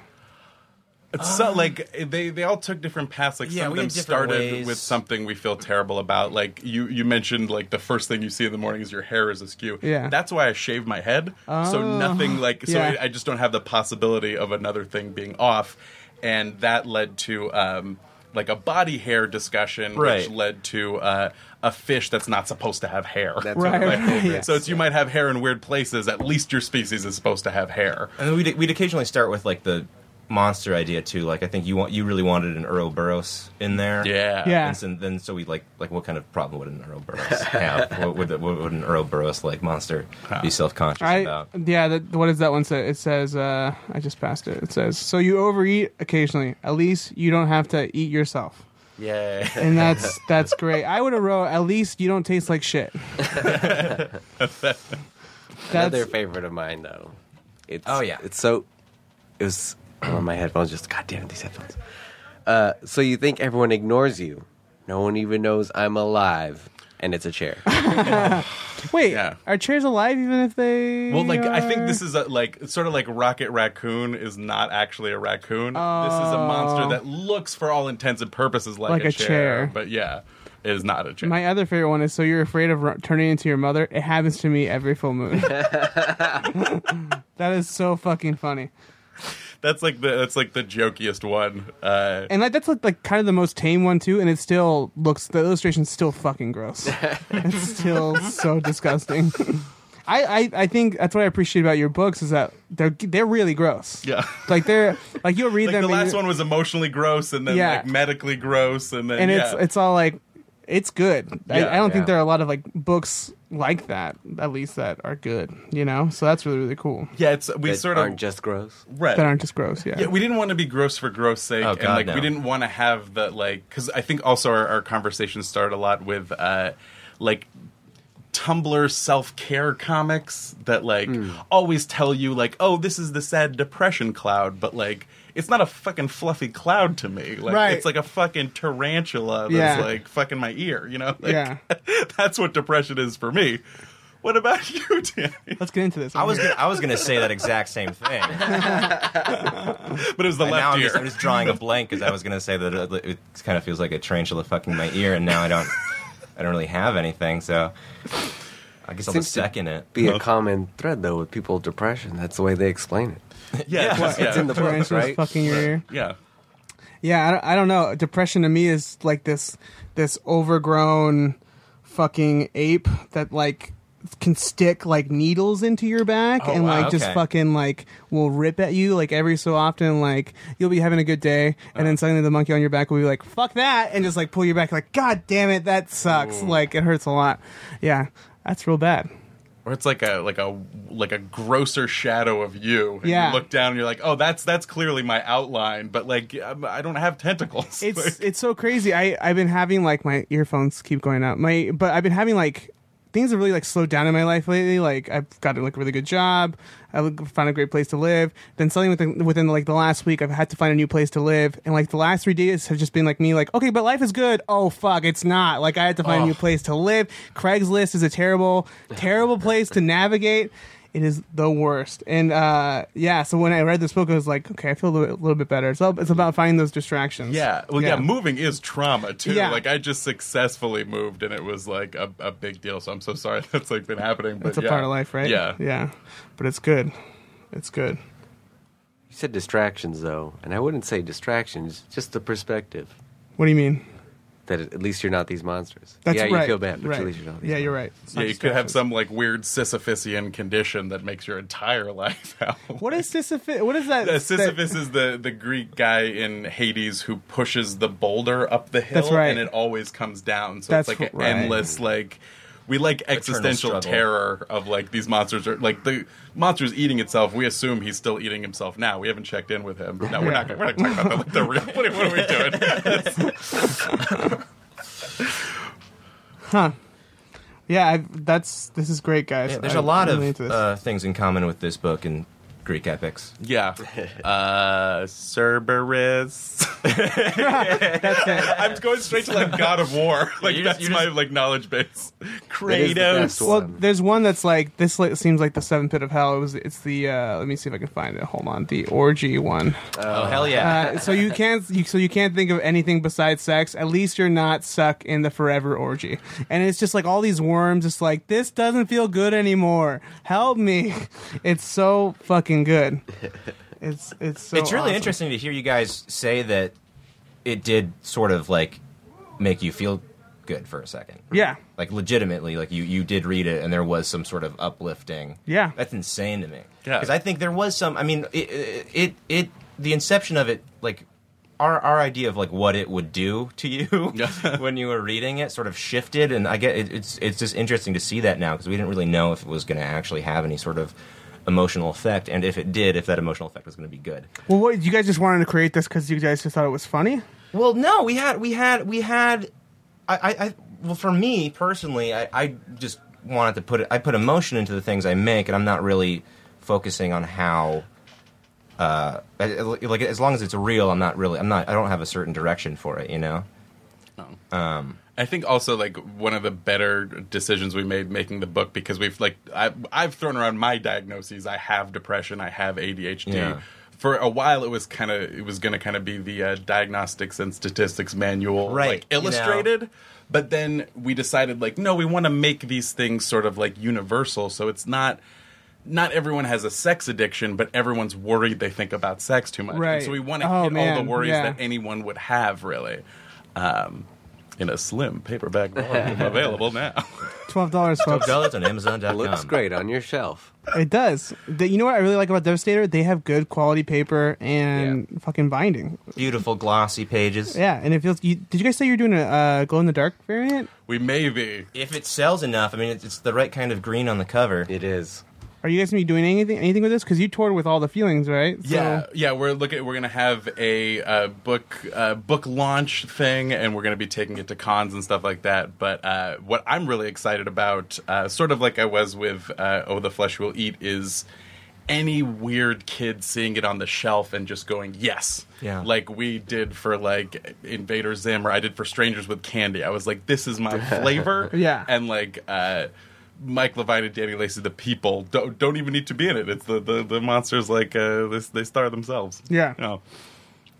Speaker 4: Um,
Speaker 3: So like they they all took different paths. Like
Speaker 1: Yeah,
Speaker 3: some of
Speaker 1: we
Speaker 3: them
Speaker 1: had different
Speaker 3: started
Speaker 1: ways.
Speaker 3: with something we feel terrible about. Like you you mentioned like the first thing you see in the morning is your hair is askew.
Speaker 4: Yeah.
Speaker 3: that's why I shave my head.
Speaker 4: Oh.
Speaker 3: So nothing like so
Speaker 4: Yeah.
Speaker 3: I, I just don't have the possibility of another thing being off, and that led to. um like a body hair discussion,
Speaker 1: Right.
Speaker 3: which led to uh, a fish that's not supposed to have hair.
Speaker 2: That's
Speaker 4: Right,
Speaker 2: one of
Speaker 4: right,
Speaker 2: my favorites.
Speaker 4: yeah.
Speaker 3: so it's you might have hair in weird places. At least your species is supposed to have hair.
Speaker 1: and then we'd, we'd occasionally start with like the monster idea too. Like I think you want you really wanted an Ouroboros in there.
Speaker 3: Yeah.
Speaker 4: Yeah.
Speaker 1: And so, then so we like like what kind of problem would an Ouroboros have? what, would, the- what would an Ouroboros like monster be self conscious
Speaker 4: I
Speaker 1: about?
Speaker 4: yeah. The, what does that one say? It says uh, I just passed it. It says so you overeat occasionally. At least you don't have to eat yourself.
Speaker 3: Yay.
Speaker 4: and that's that's great. I would have wrote at least you don't taste like shit.
Speaker 2: Another
Speaker 4: that's
Speaker 2: favorite of mine though. It's,
Speaker 1: Oh, yeah.
Speaker 2: it's so. It was oh, my headphones. Just God damn it, these headphones. Uh, so you think everyone ignores you? No one even knows I'm alive, and it's a chair.
Speaker 4: wait.
Speaker 3: Yeah.
Speaker 4: Are chairs alive even if they?
Speaker 3: Well, like I think
Speaker 4: are-
Speaker 3: this is a, like sort of like Rocket Raccoon is not actually a raccoon. This is a
Speaker 4: Oh.
Speaker 3: monster that looks, for all intents and purposes, like,
Speaker 4: Like
Speaker 3: a,
Speaker 4: a
Speaker 3: chair,
Speaker 4: chair.
Speaker 3: But yeah, it is not a chair.
Speaker 4: My other favorite one is so you're afraid of ru- turning into your mother. It happens to me every full moon. that is so fucking funny,
Speaker 3: that's like the that's like the jokiest one. Uh,
Speaker 4: and like that's like, like kind of the most tame one too. And it still looks the illustration's still fucking gross. it's still so disgusting. I, I I think that's what I appreciate about your books is that they're they're really gross.
Speaker 3: yeah.
Speaker 4: Like they're like you'll read
Speaker 3: Like
Speaker 4: them.
Speaker 3: the
Speaker 4: and
Speaker 3: last
Speaker 4: you-
Speaker 3: one was emotionally gross, and then
Speaker 4: Yeah.
Speaker 3: like medically gross, and then
Speaker 4: and
Speaker 3: yeah.
Speaker 4: it's it's all like it's good. I,
Speaker 3: Yeah,
Speaker 4: I don't
Speaker 2: yeah.
Speaker 4: think there are a lot of like books like that, at least that are good. You know, so that's really really cool.
Speaker 3: yeah, it's we
Speaker 2: that
Speaker 3: sort
Speaker 2: aren't
Speaker 3: of
Speaker 2: just gross.
Speaker 3: read.
Speaker 4: That aren't just gross. Yeah.
Speaker 3: Yeah, we didn't want to be gross for gross sake,
Speaker 1: Oh,
Speaker 3: and
Speaker 1: God,
Speaker 3: like
Speaker 1: no.
Speaker 3: we didn't want to have the like because I think also our, our conversations start a lot with uh, like Tumblr self care comics that like always tell you like, oh, this is the sad depression cloud, but like it's not a fucking fluffy cloud to me. Like
Speaker 4: Right.
Speaker 3: it's like a fucking tarantula that's
Speaker 4: Yeah.
Speaker 3: like fucking my ear. You know, like,
Speaker 4: Yeah.
Speaker 3: that's what depression is for me. What about you, Danny?
Speaker 4: Let's get into this.
Speaker 1: I was gonna, I was gonna say that exact same thing. and
Speaker 3: But it was the
Speaker 1: now
Speaker 3: left
Speaker 1: I'm
Speaker 3: ear.
Speaker 1: just, I'm just drawing a blank because I was gonna say that it, it kind of feels like a tarantula fucking my ear, and now I don't I don't really have anything. So I guess I'll just
Speaker 2: Seems to
Speaker 1: second it.
Speaker 2: Be a common thread though with people with depression. That's the way they explain it.
Speaker 3: yeah,
Speaker 1: What?
Speaker 3: just- yeah.
Speaker 2: It's in the book,
Speaker 4: Tarantulas
Speaker 2: right?
Speaker 4: fucking your ear.
Speaker 3: yeah.
Speaker 4: Yeah, I don't, I don't know. Depression to me is like this this overgrown fucking ape that like can stick like needles into your back
Speaker 1: Oh,
Speaker 4: and
Speaker 1: wow,
Speaker 4: like just
Speaker 1: okay.
Speaker 4: fucking like will rip at you like every so often like you'll be having a good day and
Speaker 1: Uh.
Speaker 4: then suddenly the monkey on your back will be like fuck that and just like pull you back like god damn it that sucks like it hurts a lot yeah that's real bad
Speaker 3: or it's like a like a like a grosser shadow of you. And
Speaker 4: Yeah.
Speaker 3: You look down and you're like, oh, that's that's clearly my outline, but like I'm, I don't have tentacles.
Speaker 4: it's
Speaker 3: Like,
Speaker 4: it's so crazy. I I've been having like my earphones keep going out. My but I've been having like things have really like slowed down in my life lately. Like I've gotten like a really good job. I look- found a great place to live. Then suddenly within within like the last week, I've had to find a new place to live. And like the last three days have just been like me like okay, but life is good. Oh fuck, it's not. Like I had to find a new place to live. Craigslist is a terrible terrible place to navigate. It is the worst. And uh, yeah, so when I read this book, I was like, okay, I feel a little, a little bit better. It's, all, it's about finding those distractions.
Speaker 3: yeah, well, yeah.
Speaker 4: yeah.
Speaker 3: moving is trauma too.
Speaker 4: Yeah.
Speaker 3: Like I just successfully moved, and it was like a, a big deal. So I'm so sorry that's like been happening. But
Speaker 4: It's a
Speaker 3: yeah.
Speaker 4: part of life, right?
Speaker 3: Yeah,
Speaker 4: Yeah. But it's good. It's good.
Speaker 2: You said distractions though, and I wouldn't say distractions, just the perspective
Speaker 4: What do you mean?
Speaker 2: that at least you're not these monsters.
Speaker 4: That's
Speaker 2: yeah,
Speaker 4: right.
Speaker 2: you feel bad, but
Speaker 4: right.
Speaker 2: at least you're not these
Speaker 4: Yeah, you're
Speaker 2: monsters.
Speaker 4: right. It's
Speaker 3: yeah.
Speaker 4: not
Speaker 3: You could have
Speaker 4: distractions.
Speaker 3: some like weird Sisyphusian condition that makes your entire life out.
Speaker 4: What is Sisyphus? What is that?
Speaker 3: Uh, Sisyphus is the, the Greek guy in Hades who pushes the boulder up the hill
Speaker 4: That's right.
Speaker 3: and it always comes down. So
Speaker 4: That's
Speaker 3: it's like an
Speaker 4: right.
Speaker 3: endless like we like existential
Speaker 1: struggle.
Speaker 3: terror of like these monsters are like the monster's eating itself. We assume he's still eating himself now. We haven't checked in with him. No, we're
Speaker 4: Yeah.
Speaker 3: not gonna- we're not talking about that. Like the real what, are- what are we doing?
Speaker 4: yeah, i that's this is great, guys.
Speaker 1: Yeah, there's a
Speaker 4: a
Speaker 1: lot
Speaker 4: really
Speaker 1: of
Speaker 4: into this.
Speaker 1: uh, things in common with this book and Greek epics.
Speaker 3: yeah. Uh Cerberus.
Speaker 4: that's it.
Speaker 3: I'm going straight to like God of War. Like
Speaker 1: you just-
Speaker 3: that's
Speaker 1: you
Speaker 3: my like knowledge base.
Speaker 2: is the
Speaker 3: Kratos.
Speaker 2: best
Speaker 4: Well,
Speaker 2: Um,
Speaker 4: there's one that's like this. Like, seems like the seven pit of hell. It was. It's the. Uh, let me see if I can find it. Hold on. The orgy one.
Speaker 1: oh hell yeah!
Speaker 4: Uh, so you can't. You, so you can't think of anything besides sex. At least you're not stuck in the forever orgy. And it's just like all these worms. It's like this doesn't feel good anymore. Help me! It's so fucking good. It's it's so.
Speaker 1: it's really
Speaker 4: awesome.
Speaker 1: interesting to hear you guys say that it did sort of like make you feel good for a second.
Speaker 4: Yeah.
Speaker 1: Like legitimately, like you you did read it, and there was some sort of uplifting.
Speaker 4: Yeah.
Speaker 1: that's insane to me.
Speaker 3: Yeah.
Speaker 1: because I think there was some. I mean, it, it it it the inception of it, like our our idea of like what it would do to you when you were reading it, sort of shifted. And I get it, it's it's just interesting to see that now because we didn't really know if it was going to actually have any sort of emotional effect, and if it did, if that emotional effect was going to be good.
Speaker 4: Well, what you guys just wanted to create this because you guys just thought it was funny.
Speaker 1: Well, no, we had we had we had. I, I, I well, for me personally, I, I just wanted to put it. I put emotion into the things I make, and I'm not really focusing on how. Uh, I- I- like as long as it's real, I'm not really. I'm not. I don't have a certain direction for it. You know.
Speaker 3: I think also like one of the better decisions we made making the book because we've like I, I've thrown around my diagnoses. I have depression. I have ADHD.
Speaker 1: Yeah.
Speaker 3: For a while, it was kind of it was going to kind of be the uh, diagnostics and statistics manual,
Speaker 1: Right,
Speaker 3: Like
Speaker 1: you know.
Speaker 3: illustrated. But then we decided like no, we want to make these things sort of like universal, so it's not. Not everyone has a sex addiction, but everyone's worried they think about sex too much. And
Speaker 4: Right.
Speaker 3: so we want to
Speaker 4: Oh,
Speaker 3: hit all
Speaker 4: man,
Speaker 3: the worries
Speaker 4: yeah.
Speaker 3: that anyone would have, really. Um, in a slim paperback volume available now.
Speaker 4: Twelve dollars, folks.
Speaker 1: Dollars on Amazon.com.
Speaker 2: Looks great on your shelf.
Speaker 4: It does. The- you know what I really like about Devastator? They have good quality paper and fucking binding.
Speaker 1: Beautiful glossy pages.
Speaker 4: Yeah, and it feels. You, did you guys say you're doing a uh, glow in the dark variant?
Speaker 3: We may be.
Speaker 1: If it sells enough, I mean, it's, it's the right kind of green on the cover.
Speaker 2: It is.
Speaker 4: Are you guys gonna be doing anything anything with this? Because you toured with all the feelings, right? So-
Speaker 3: Yeah, yeah. We're looking. We're gonna have a uh, book uh, book launch thing, and we're gonna be taking it to cons and stuff like that. But uh, what I'm really excited about, uh, sort of like I was with uh, "Oh, the Flesh Will Eat," is any weird kid seeing it on the shelf and just going yes
Speaker 1: Yeah.
Speaker 3: like we did for like invader zim or i did for strangers with candy i was like this is my flavor
Speaker 4: Yeah.
Speaker 3: and like uh Mike Levine and Danny Lacey, the people don't don't even need to be in it. It's the the, the monsters like uh, this. They star themselves.
Speaker 4: Yeah.
Speaker 3: No.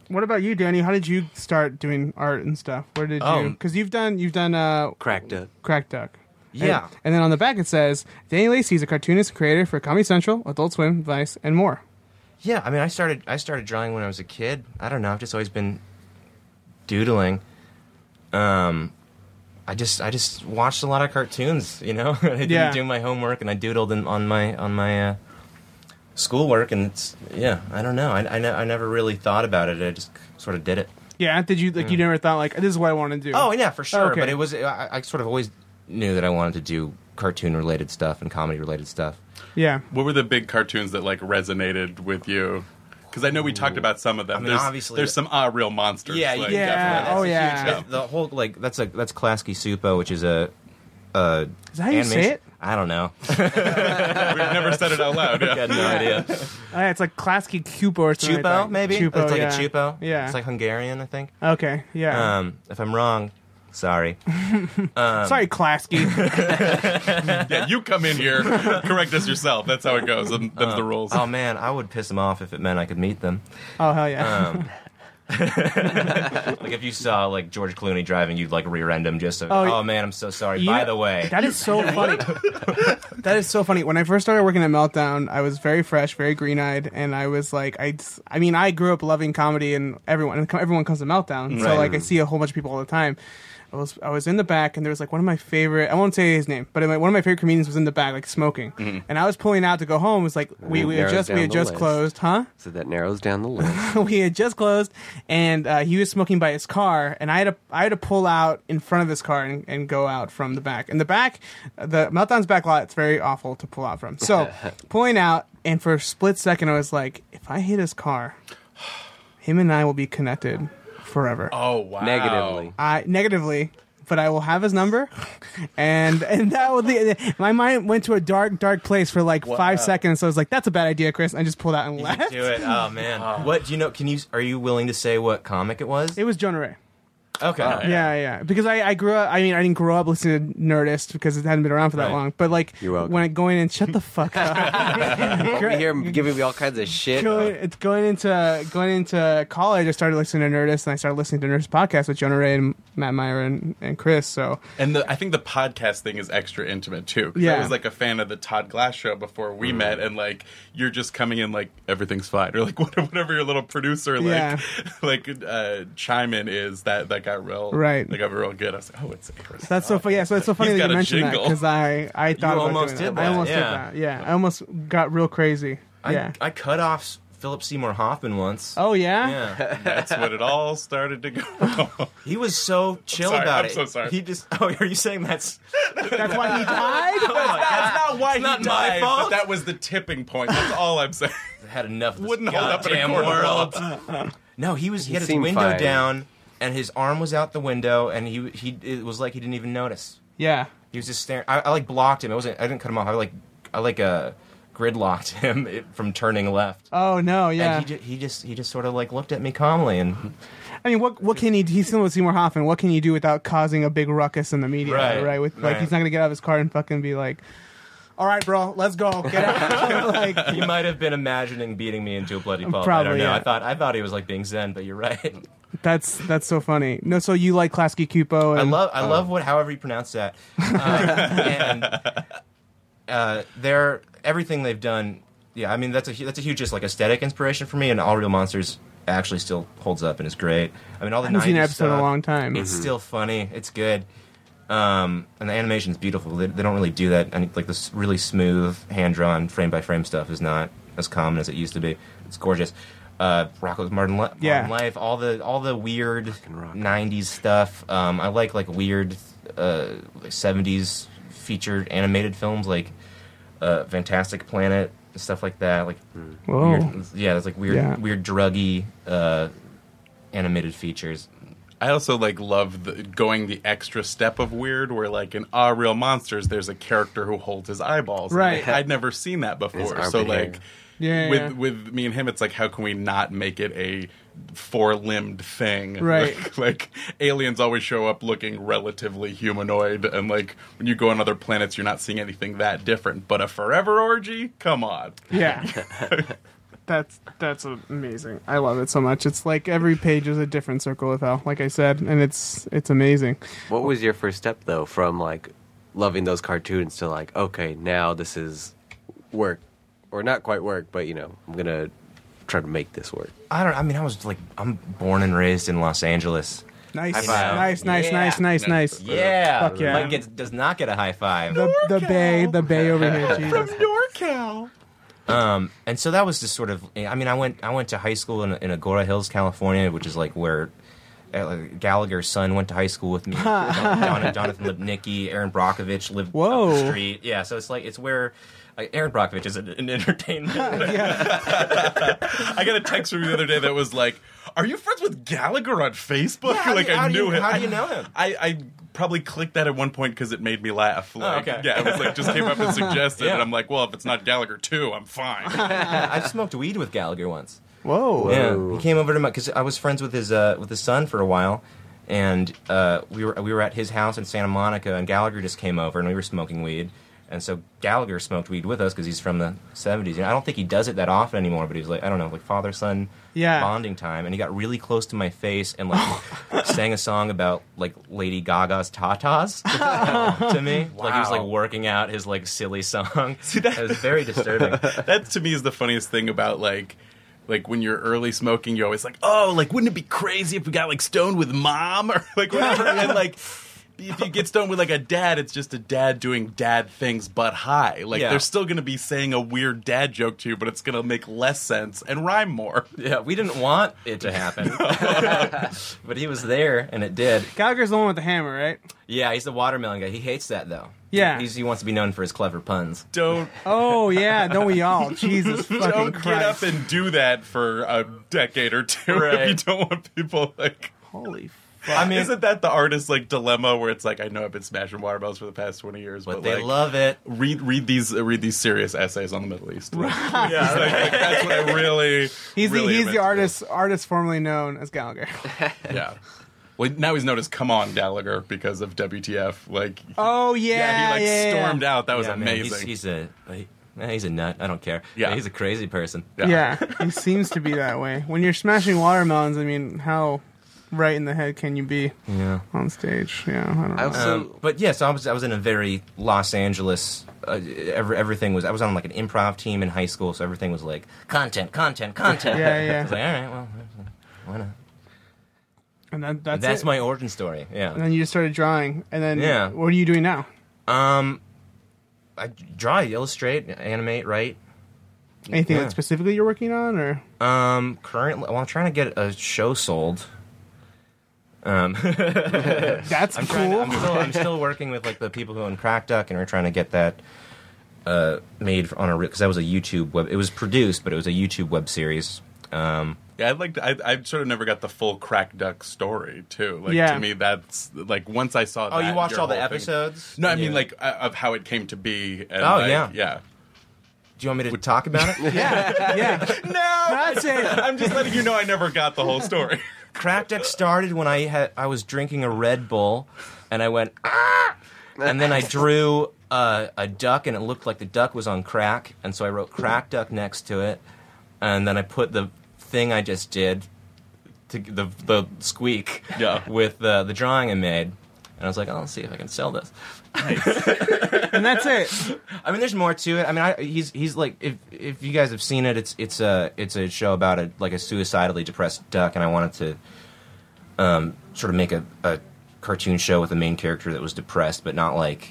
Speaker 4: What about you, Danny? How did you start doing art and stuff? Where did you?
Speaker 1: Um,
Speaker 4: Because you've done you've done uh,
Speaker 2: Cracked up.
Speaker 4: Crack Duck.
Speaker 1: Yeah.
Speaker 4: And, and then on the back it says Danny Lacey is a cartoonist and creator for Comedy Central, Adult Swim, Vice, and more.
Speaker 1: Yeah, I mean, I started I started drawing when I was a kid. I don't know. I've just always been doodling. Um, I just I just watched a lot of cartoons, you know. I didn't
Speaker 4: Yeah.
Speaker 1: do my homework, and I doodled in, on my on my uh, schoolwork, and it's yeah. I don't know. I I, ne- I never really thought about it. I just sort of did it.
Speaker 4: Yeah. Did you like you never thought like this is what I want to do?
Speaker 1: Hmm. Oh yeah, for sure.
Speaker 4: Okay.
Speaker 1: But it was I, I sort of always knew that I wanted to do cartoon related stuff and comedy related stuff.
Speaker 4: yeah.
Speaker 3: What were the big cartoons that like resonated with you? Because I know we talked about some of them.
Speaker 1: I mean,
Speaker 3: there's,
Speaker 1: obviously-
Speaker 3: there's some ah real monsters.
Speaker 1: Yeah, you
Speaker 3: like,
Speaker 1: definitely-
Speaker 4: Yeah,
Speaker 1: that's
Speaker 4: oh,
Speaker 1: a
Speaker 4: yeah.
Speaker 1: huge- the whole like that's a that's Klasky Supo, which is a. Uh,
Speaker 4: Is that how you say it?
Speaker 1: I don't know.
Speaker 3: We've never said it out loud.
Speaker 1: I
Speaker 3: Yeah.
Speaker 1: had no idea.
Speaker 4: Oh, yeah, it's like classic Cupo or something.
Speaker 1: Chupo,
Speaker 4: like that.
Speaker 1: maybe.
Speaker 4: Chupo,
Speaker 1: it's like
Speaker 4: yeah.
Speaker 1: a chupo.
Speaker 4: Yeah.
Speaker 1: it's like Hungarian, I think.
Speaker 4: Okay. Yeah.
Speaker 1: Um, if I'm wrong, sorry. Um,
Speaker 4: Sorry, Klasky.
Speaker 3: yeah, you come in here, correct us yourself. That's how it goes. Um, That's the rules.
Speaker 1: Oh man, I would piss them off if it meant I could meet them.
Speaker 4: oh hell yeah.
Speaker 1: Um, like if you saw like George Clooney driving, you'd like rear end him just. So,
Speaker 4: Oh,
Speaker 1: oh, man, I'm so sorry.
Speaker 4: You-
Speaker 1: By the way,
Speaker 4: That is so funny. that is so funny. When I first started working at Meltdown, I was very fresh, very green eyed, and I was like, I, I mean, I grew up loving comedy, and everyone, and everyone comes to Meltdown, so
Speaker 1: Right.
Speaker 4: like I see a whole bunch of people all the time. I was, I was in the back, and there was like one of my favorite. I won't say his name, but my, one of my favorite comedians was in the back, like smoking,
Speaker 1: Mm-hmm.
Speaker 4: and I was pulling out to go home. It was like we,
Speaker 2: it
Speaker 4: we had
Speaker 2: narrows
Speaker 4: just we
Speaker 2: down
Speaker 4: had
Speaker 2: the
Speaker 4: just
Speaker 2: list.
Speaker 4: closed, huh?
Speaker 2: So that narrows down the list.
Speaker 4: we had just closed, and uh, he was smoking by his car, and I had to I had to pull out in front of his car and, and go out from the back. And the back, the meltdown's back lot, it's very awful to pull out from. So pulling out, and for a split second, I was like, if I hit his car, him and I will be connected forever.
Speaker 3: Oh, wow.
Speaker 2: Negatively.
Speaker 4: I negatively. But I will have his number, and and that will the my mind went to a dark dark place for like five seconds. So I was like, "That's a bad idea, Chris." I just pulled out and left.
Speaker 1: do it. Oh man, what do you know? Can you? Are you willing to say what comic it was?
Speaker 4: It was Jonah Ray.
Speaker 1: okay.
Speaker 4: Yeah, yeah. Because I, I grew up. I mean, I didn't grow up listening to Nerdist because it hadn't been around for that
Speaker 1: Right.
Speaker 4: long. But like,
Speaker 2: You're welcome.
Speaker 4: when it going in, shut the fuck up.
Speaker 2: Over here, giving me all kinds of shit.
Speaker 4: going, it's going into going into college. I started listening to Nerdist, and I started listening to Nerdist podcast with Jonah Ray and Matt Meyer and, and Chris. So
Speaker 3: And the, I think the podcast thing is extra intimate too. 'cause
Speaker 4: Yeah.
Speaker 3: I was like a fan of the Todd Glass show before we met, and like you're just coming in like everything's fine, or like what- whatever your little producer like
Speaker 4: Yeah.
Speaker 3: like uh, chime in is that that got real
Speaker 4: Right.
Speaker 3: That got real good. I was like, oh, it's Chris.
Speaker 4: that's so funny. Yeah, so it's so funny
Speaker 3: He's
Speaker 4: that
Speaker 3: got a
Speaker 4: you mentioned that
Speaker 3: jingle.
Speaker 4: because I I thought about
Speaker 1: almost
Speaker 4: doing
Speaker 1: did
Speaker 4: I
Speaker 1: that,
Speaker 4: almost
Speaker 1: yeah.
Speaker 4: did that. Yeah, I almost got real crazy.
Speaker 1: I,
Speaker 4: yeah.
Speaker 1: I cut off S- Philip Seymour Hoffman once.
Speaker 4: oh
Speaker 1: Yeah.
Speaker 3: that's what it all started to go. wrong.
Speaker 1: He was so chill
Speaker 3: sorry,
Speaker 1: about
Speaker 3: I'm
Speaker 1: it.
Speaker 3: so sorry.
Speaker 1: He just. Oh, are you saying that's?
Speaker 4: that's why he died.
Speaker 1: Oh my God.
Speaker 3: that's not why he
Speaker 1: not my
Speaker 3: died.
Speaker 1: fault.
Speaker 3: But that was the tipping point. That's all I'm saying.
Speaker 1: had enough of this
Speaker 3: Wouldn't hold up in a
Speaker 1: goddamn
Speaker 3: court of
Speaker 1: world. no, he was. He, had his
Speaker 2: seemed
Speaker 1: window
Speaker 2: fine.
Speaker 1: down. and his arm was out the window, and he he it was like he didn't even notice.
Speaker 4: Yeah.
Speaker 1: He was just staring. I, I like blocked him. I wasn't. I didn't cut him off. I like I like uh, gridlocked him from turning left.
Speaker 4: Oh no. Yeah.
Speaker 1: And he, ju- he just he just sort of like looked at me calmly and
Speaker 4: I mean, what what can he? He's still with Seymour Hoffman. What can you do without causing a big ruckus in the media? Right.
Speaker 1: Right,
Speaker 4: With like,
Speaker 1: right.
Speaker 4: he's not gonna get out of his car and fucking be like, "All right, bro, let's go." Get out. like,
Speaker 1: he might have been imagining beating me into a bloody pulp. I
Speaker 4: Probably,
Speaker 1: don't know.
Speaker 4: yeah.
Speaker 1: I thought I thought he was like being zen, but you're right.
Speaker 4: that's that's so funny. No, so you like Klasky Kupo? And,
Speaker 1: I love I
Speaker 4: Oh.
Speaker 1: love what however you pronounce that. Uh, and uh, they're everything they've done. Yeah, I mean that's a hu- that's a huge just like aesthetic inspiration for me, and All Real Monsters actually still holds up and is great. I mean all the
Speaker 4: I haven't seen an
Speaker 1: 90s
Speaker 4: episode in a
Speaker 1: stuff,
Speaker 4: long time.
Speaker 1: It's still funny. It's good. Um, and the animation's beautiful. They, they don't really do that. And like this really smooth, hand drawn, frame by frame stuff is not as common as it used to be. It's gorgeous. Uh, Rocko's Modern, Li-
Speaker 4: Yeah.
Speaker 1: Modern Life, all the all the weird
Speaker 2: Rocco.
Speaker 1: '90s stuff. Um, I like like weird uh, like, '70s featured animated films like uh, Fantastic Planet and stuff like that. Like
Speaker 4: Whoa.
Speaker 1: weird, yeah, there's like weird
Speaker 4: Oh. Yeah.
Speaker 1: weird druggy uh, animated features.
Speaker 3: I also like love the, going the extra step of weird, where like in Ah Real Monsters, there's a character who holds his eyeballs. And
Speaker 4: Right.
Speaker 3: I'd never seen that before.
Speaker 2: armpit
Speaker 3: So
Speaker 2: hair.
Speaker 3: like,
Speaker 4: Yeah,
Speaker 3: with
Speaker 4: yeah.
Speaker 3: with me and him, it's like, how can we not make it a four limbed thing?
Speaker 4: Right.
Speaker 3: Like, like, aliens always show up looking relatively humanoid, and like when you go on other planets, you're not seeing anything that different. But a forever orgy, come on.
Speaker 4: Yeah. That's that's amazing. I love it so much. It's like every page is a different circle of hell, like I said, and it's it's amazing.
Speaker 2: What was your first step though, from like loving those cartoons to like, okay, now this is work, or not quite work, but you know, I'm gonna try to make this work.
Speaker 1: I don't. I mean, I was like, I'm born and raised in Los Angeles.
Speaker 4: Nice,
Speaker 1: High five.
Speaker 4: nice, nice,
Speaker 1: Yeah.
Speaker 4: nice, nice, nice.
Speaker 1: Yeah,
Speaker 4: Fuck yeah.
Speaker 1: Mike gets, does not get a high five.
Speaker 4: The the bay, the bay over here. Jesus.
Speaker 3: NorCal.
Speaker 1: Um, and so that was just sort of. I mean, I went I went to high school in, in Agora Hills, California, which is like where uh, like, Gallagher's son went to high school with me. Don, Jonathan Lipnicki, Aaron Brockovich lived up
Speaker 4: Whoa.
Speaker 1: the street. Yeah, so it's like it's where. Like Aaron Brockovich is an, an entertainment.
Speaker 3: I got a text from you the other day that was like, "Are you friends with Gallagher on Facebook?"
Speaker 1: Yeah, how
Speaker 3: like
Speaker 1: do you-
Speaker 3: I
Speaker 1: how do
Speaker 3: knew
Speaker 1: you-
Speaker 3: him.
Speaker 1: how do you
Speaker 3: I-
Speaker 1: know him?
Speaker 3: I, I probably clicked that at one point because it made me laugh. Like,
Speaker 1: Oh, okay.
Speaker 3: Yeah, it was like just came up and suggested,
Speaker 1: Yeah.
Speaker 3: and I'm like, "Well, if it's not Gallagher too, I'm fine."
Speaker 1: I smoked weed with Gallagher once.
Speaker 4: Whoa.
Speaker 2: Whoa.
Speaker 1: Yeah, he came over to my because I was friends with his uh, with his son for a while, and uh, we were we were at his house in Santa Monica, and Gallagher just came over, and we were smoking weed, and so Gallagher smoked weed with us because he's from the seventies. And I don't think he does it that often anymore, but he was like I don't know, like father son
Speaker 4: Yeah.
Speaker 1: bonding time, and he got really close to my face and like sang a song about like Lady Gaga's tatas to me, like he was like
Speaker 3: Wow.
Speaker 1: working out his like silly song. See
Speaker 3: that-
Speaker 1: it was very disturbing.
Speaker 3: that to me is the funniest thing about like. Like when you're early smoking, you're always like, "Oh, like wouldn't it be crazy if we got like stoned with mom or like whatever?" and like, if you get stoned with like a dad, it's just a dad doing dad things, but high. Like
Speaker 1: Yeah.
Speaker 3: they're still gonna be saying a weird dad joke to you, but it's gonna make less sense and rhyme more.
Speaker 1: Yeah, we didn't want it to happen. but he was there and it did.
Speaker 4: Gallagher's the one with the hammer, right?
Speaker 1: Yeah, he's the watermelon guy. He hates that though.
Speaker 4: Yeah.
Speaker 1: He's, he wants to be known for his clever puns.
Speaker 3: Don't
Speaker 4: Oh yeah, don't we all? Jesus fucking
Speaker 3: don't
Speaker 4: Christ!
Speaker 3: get up and do that for a decade or two if you
Speaker 1: Right.
Speaker 3: don't want people like.
Speaker 4: Holy fuck!
Speaker 1: I mean,
Speaker 3: Isn't that the artist like dilemma where it's like I know I've been smashing watermelons for the past twenty years, but,
Speaker 1: but they
Speaker 3: like,
Speaker 1: love it.
Speaker 3: read read these uh, read these serious essays on the Middle East. yeah, like, like, that's what I really.
Speaker 4: He's
Speaker 3: really
Speaker 4: the he's
Speaker 3: am
Speaker 4: the
Speaker 3: into.
Speaker 4: artist artist formerly known as Gallagher.
Speaker 3: Yeah. Well, now he's known as Come On Gallagher because of WTF. Like,
Speaker 4: Oh yeah,
Speaker 3: yeah, he like
Speaker 4: yeah, yeah.
Speaker 3: stormed out. That was
Speaker 1: Yeah, man,
Speaker 3: amazing.
Speaker 1: he's, he's a he- eh, he's a nut. I don't care.
Speaker 3: Yeah.
Speaker 1: he's a crazy person.
Speaker 4: Yeah, he seems to be that way. When you're smashing watermelons, I mean, how right in the head can you be
Speaker 1: Yeah.
Speaker 4: on stage? Yeah, I don't know.
Speaker 2: I was-
Speaker 1: Um,
Speaker 2: So-
Speaker 1: but yeah, so I was I was in a very Los Angeles. Uh, every, everything was I was on like an improv team in high school, so everything was like content, content, content.
Speaker 4: Yeah, yeah.
Speaker 1: I was like, all right, well, why not?
Speaker 4: and that, that's
Speaker 1: That's
Speaker 4: it.
Speaker 1: my origin story. Yeah.
Speaker 4: And then you just started drawing, and then
Speaker 1: Yeah.
Speaker 4: what are you doing now?
Speaker 1: Um, I draw, illustrate, animate, write.
Speaker 4: Anything
Speaker 1: Yeah.
Speaker 4: like specifically you're working on, or
Speaker 1: Um, currently, well, I'm trying to get a show sold. Um,
Speaker 4: that's
Speaker 1: I'm, trying to-
Speaker 4: cool.
Speaker 1: I'm, still, I'm still working with like the people who own Crack Duck, and we're trying to get that uh, made on a because that was a YouTube web. It was produced, but it was a YouTube web series Um,
Speaker 3: Yeah, I liked. I, I sort of never got the full crack duck story too. Like
Speaker 4: Yeah.
Speaker 3: to me, that's like once I saw.
Speaker 1: oh,
Speaker 3: that,
Speaker 1: you watched
Speaker 3: your
Speaker 1: all the
Speaker 3: whole thing-
Speaker 1: episodes?
Speaker 3: No, I
Speaker 1: Yeah.
Speaker 3: mean like uh, of how it came to be. And,
Speaker 1: Oh,
Speaker 3: like,
Speaker 1: yeah.
Speaker 3: yeah.
Speaker 1: do you want me to talk about it?
Speaker 4: Yeah, yeah.
Speaker 3: No,
Speaker 4: That's it.
Speaker 3: I'm just letting you know I never got the whole story.
Speaker 1: Crack Deck started when I had I was drinking a Red Bull, and I went ah, and then I drew a, a duck, and it looked like the duck was on crack, and so I wrote Crack Duck next to it, and then I put the thing I just did, to the the squeak,
Speaker 3: Yeah.
Speaker 1: with the the drawing I made, and I was like, oh, let's see if I can sell this.
Speaker 4: And that's it.
Speaker 1: I mean, there's more to it. I mean, I, he's he's like if if you guys have seen it, it's it's a it's a show about a like a suicidally depressed duck, and I wanted to um, sort of make a, a cartoon show with a main character that was depressed, but not like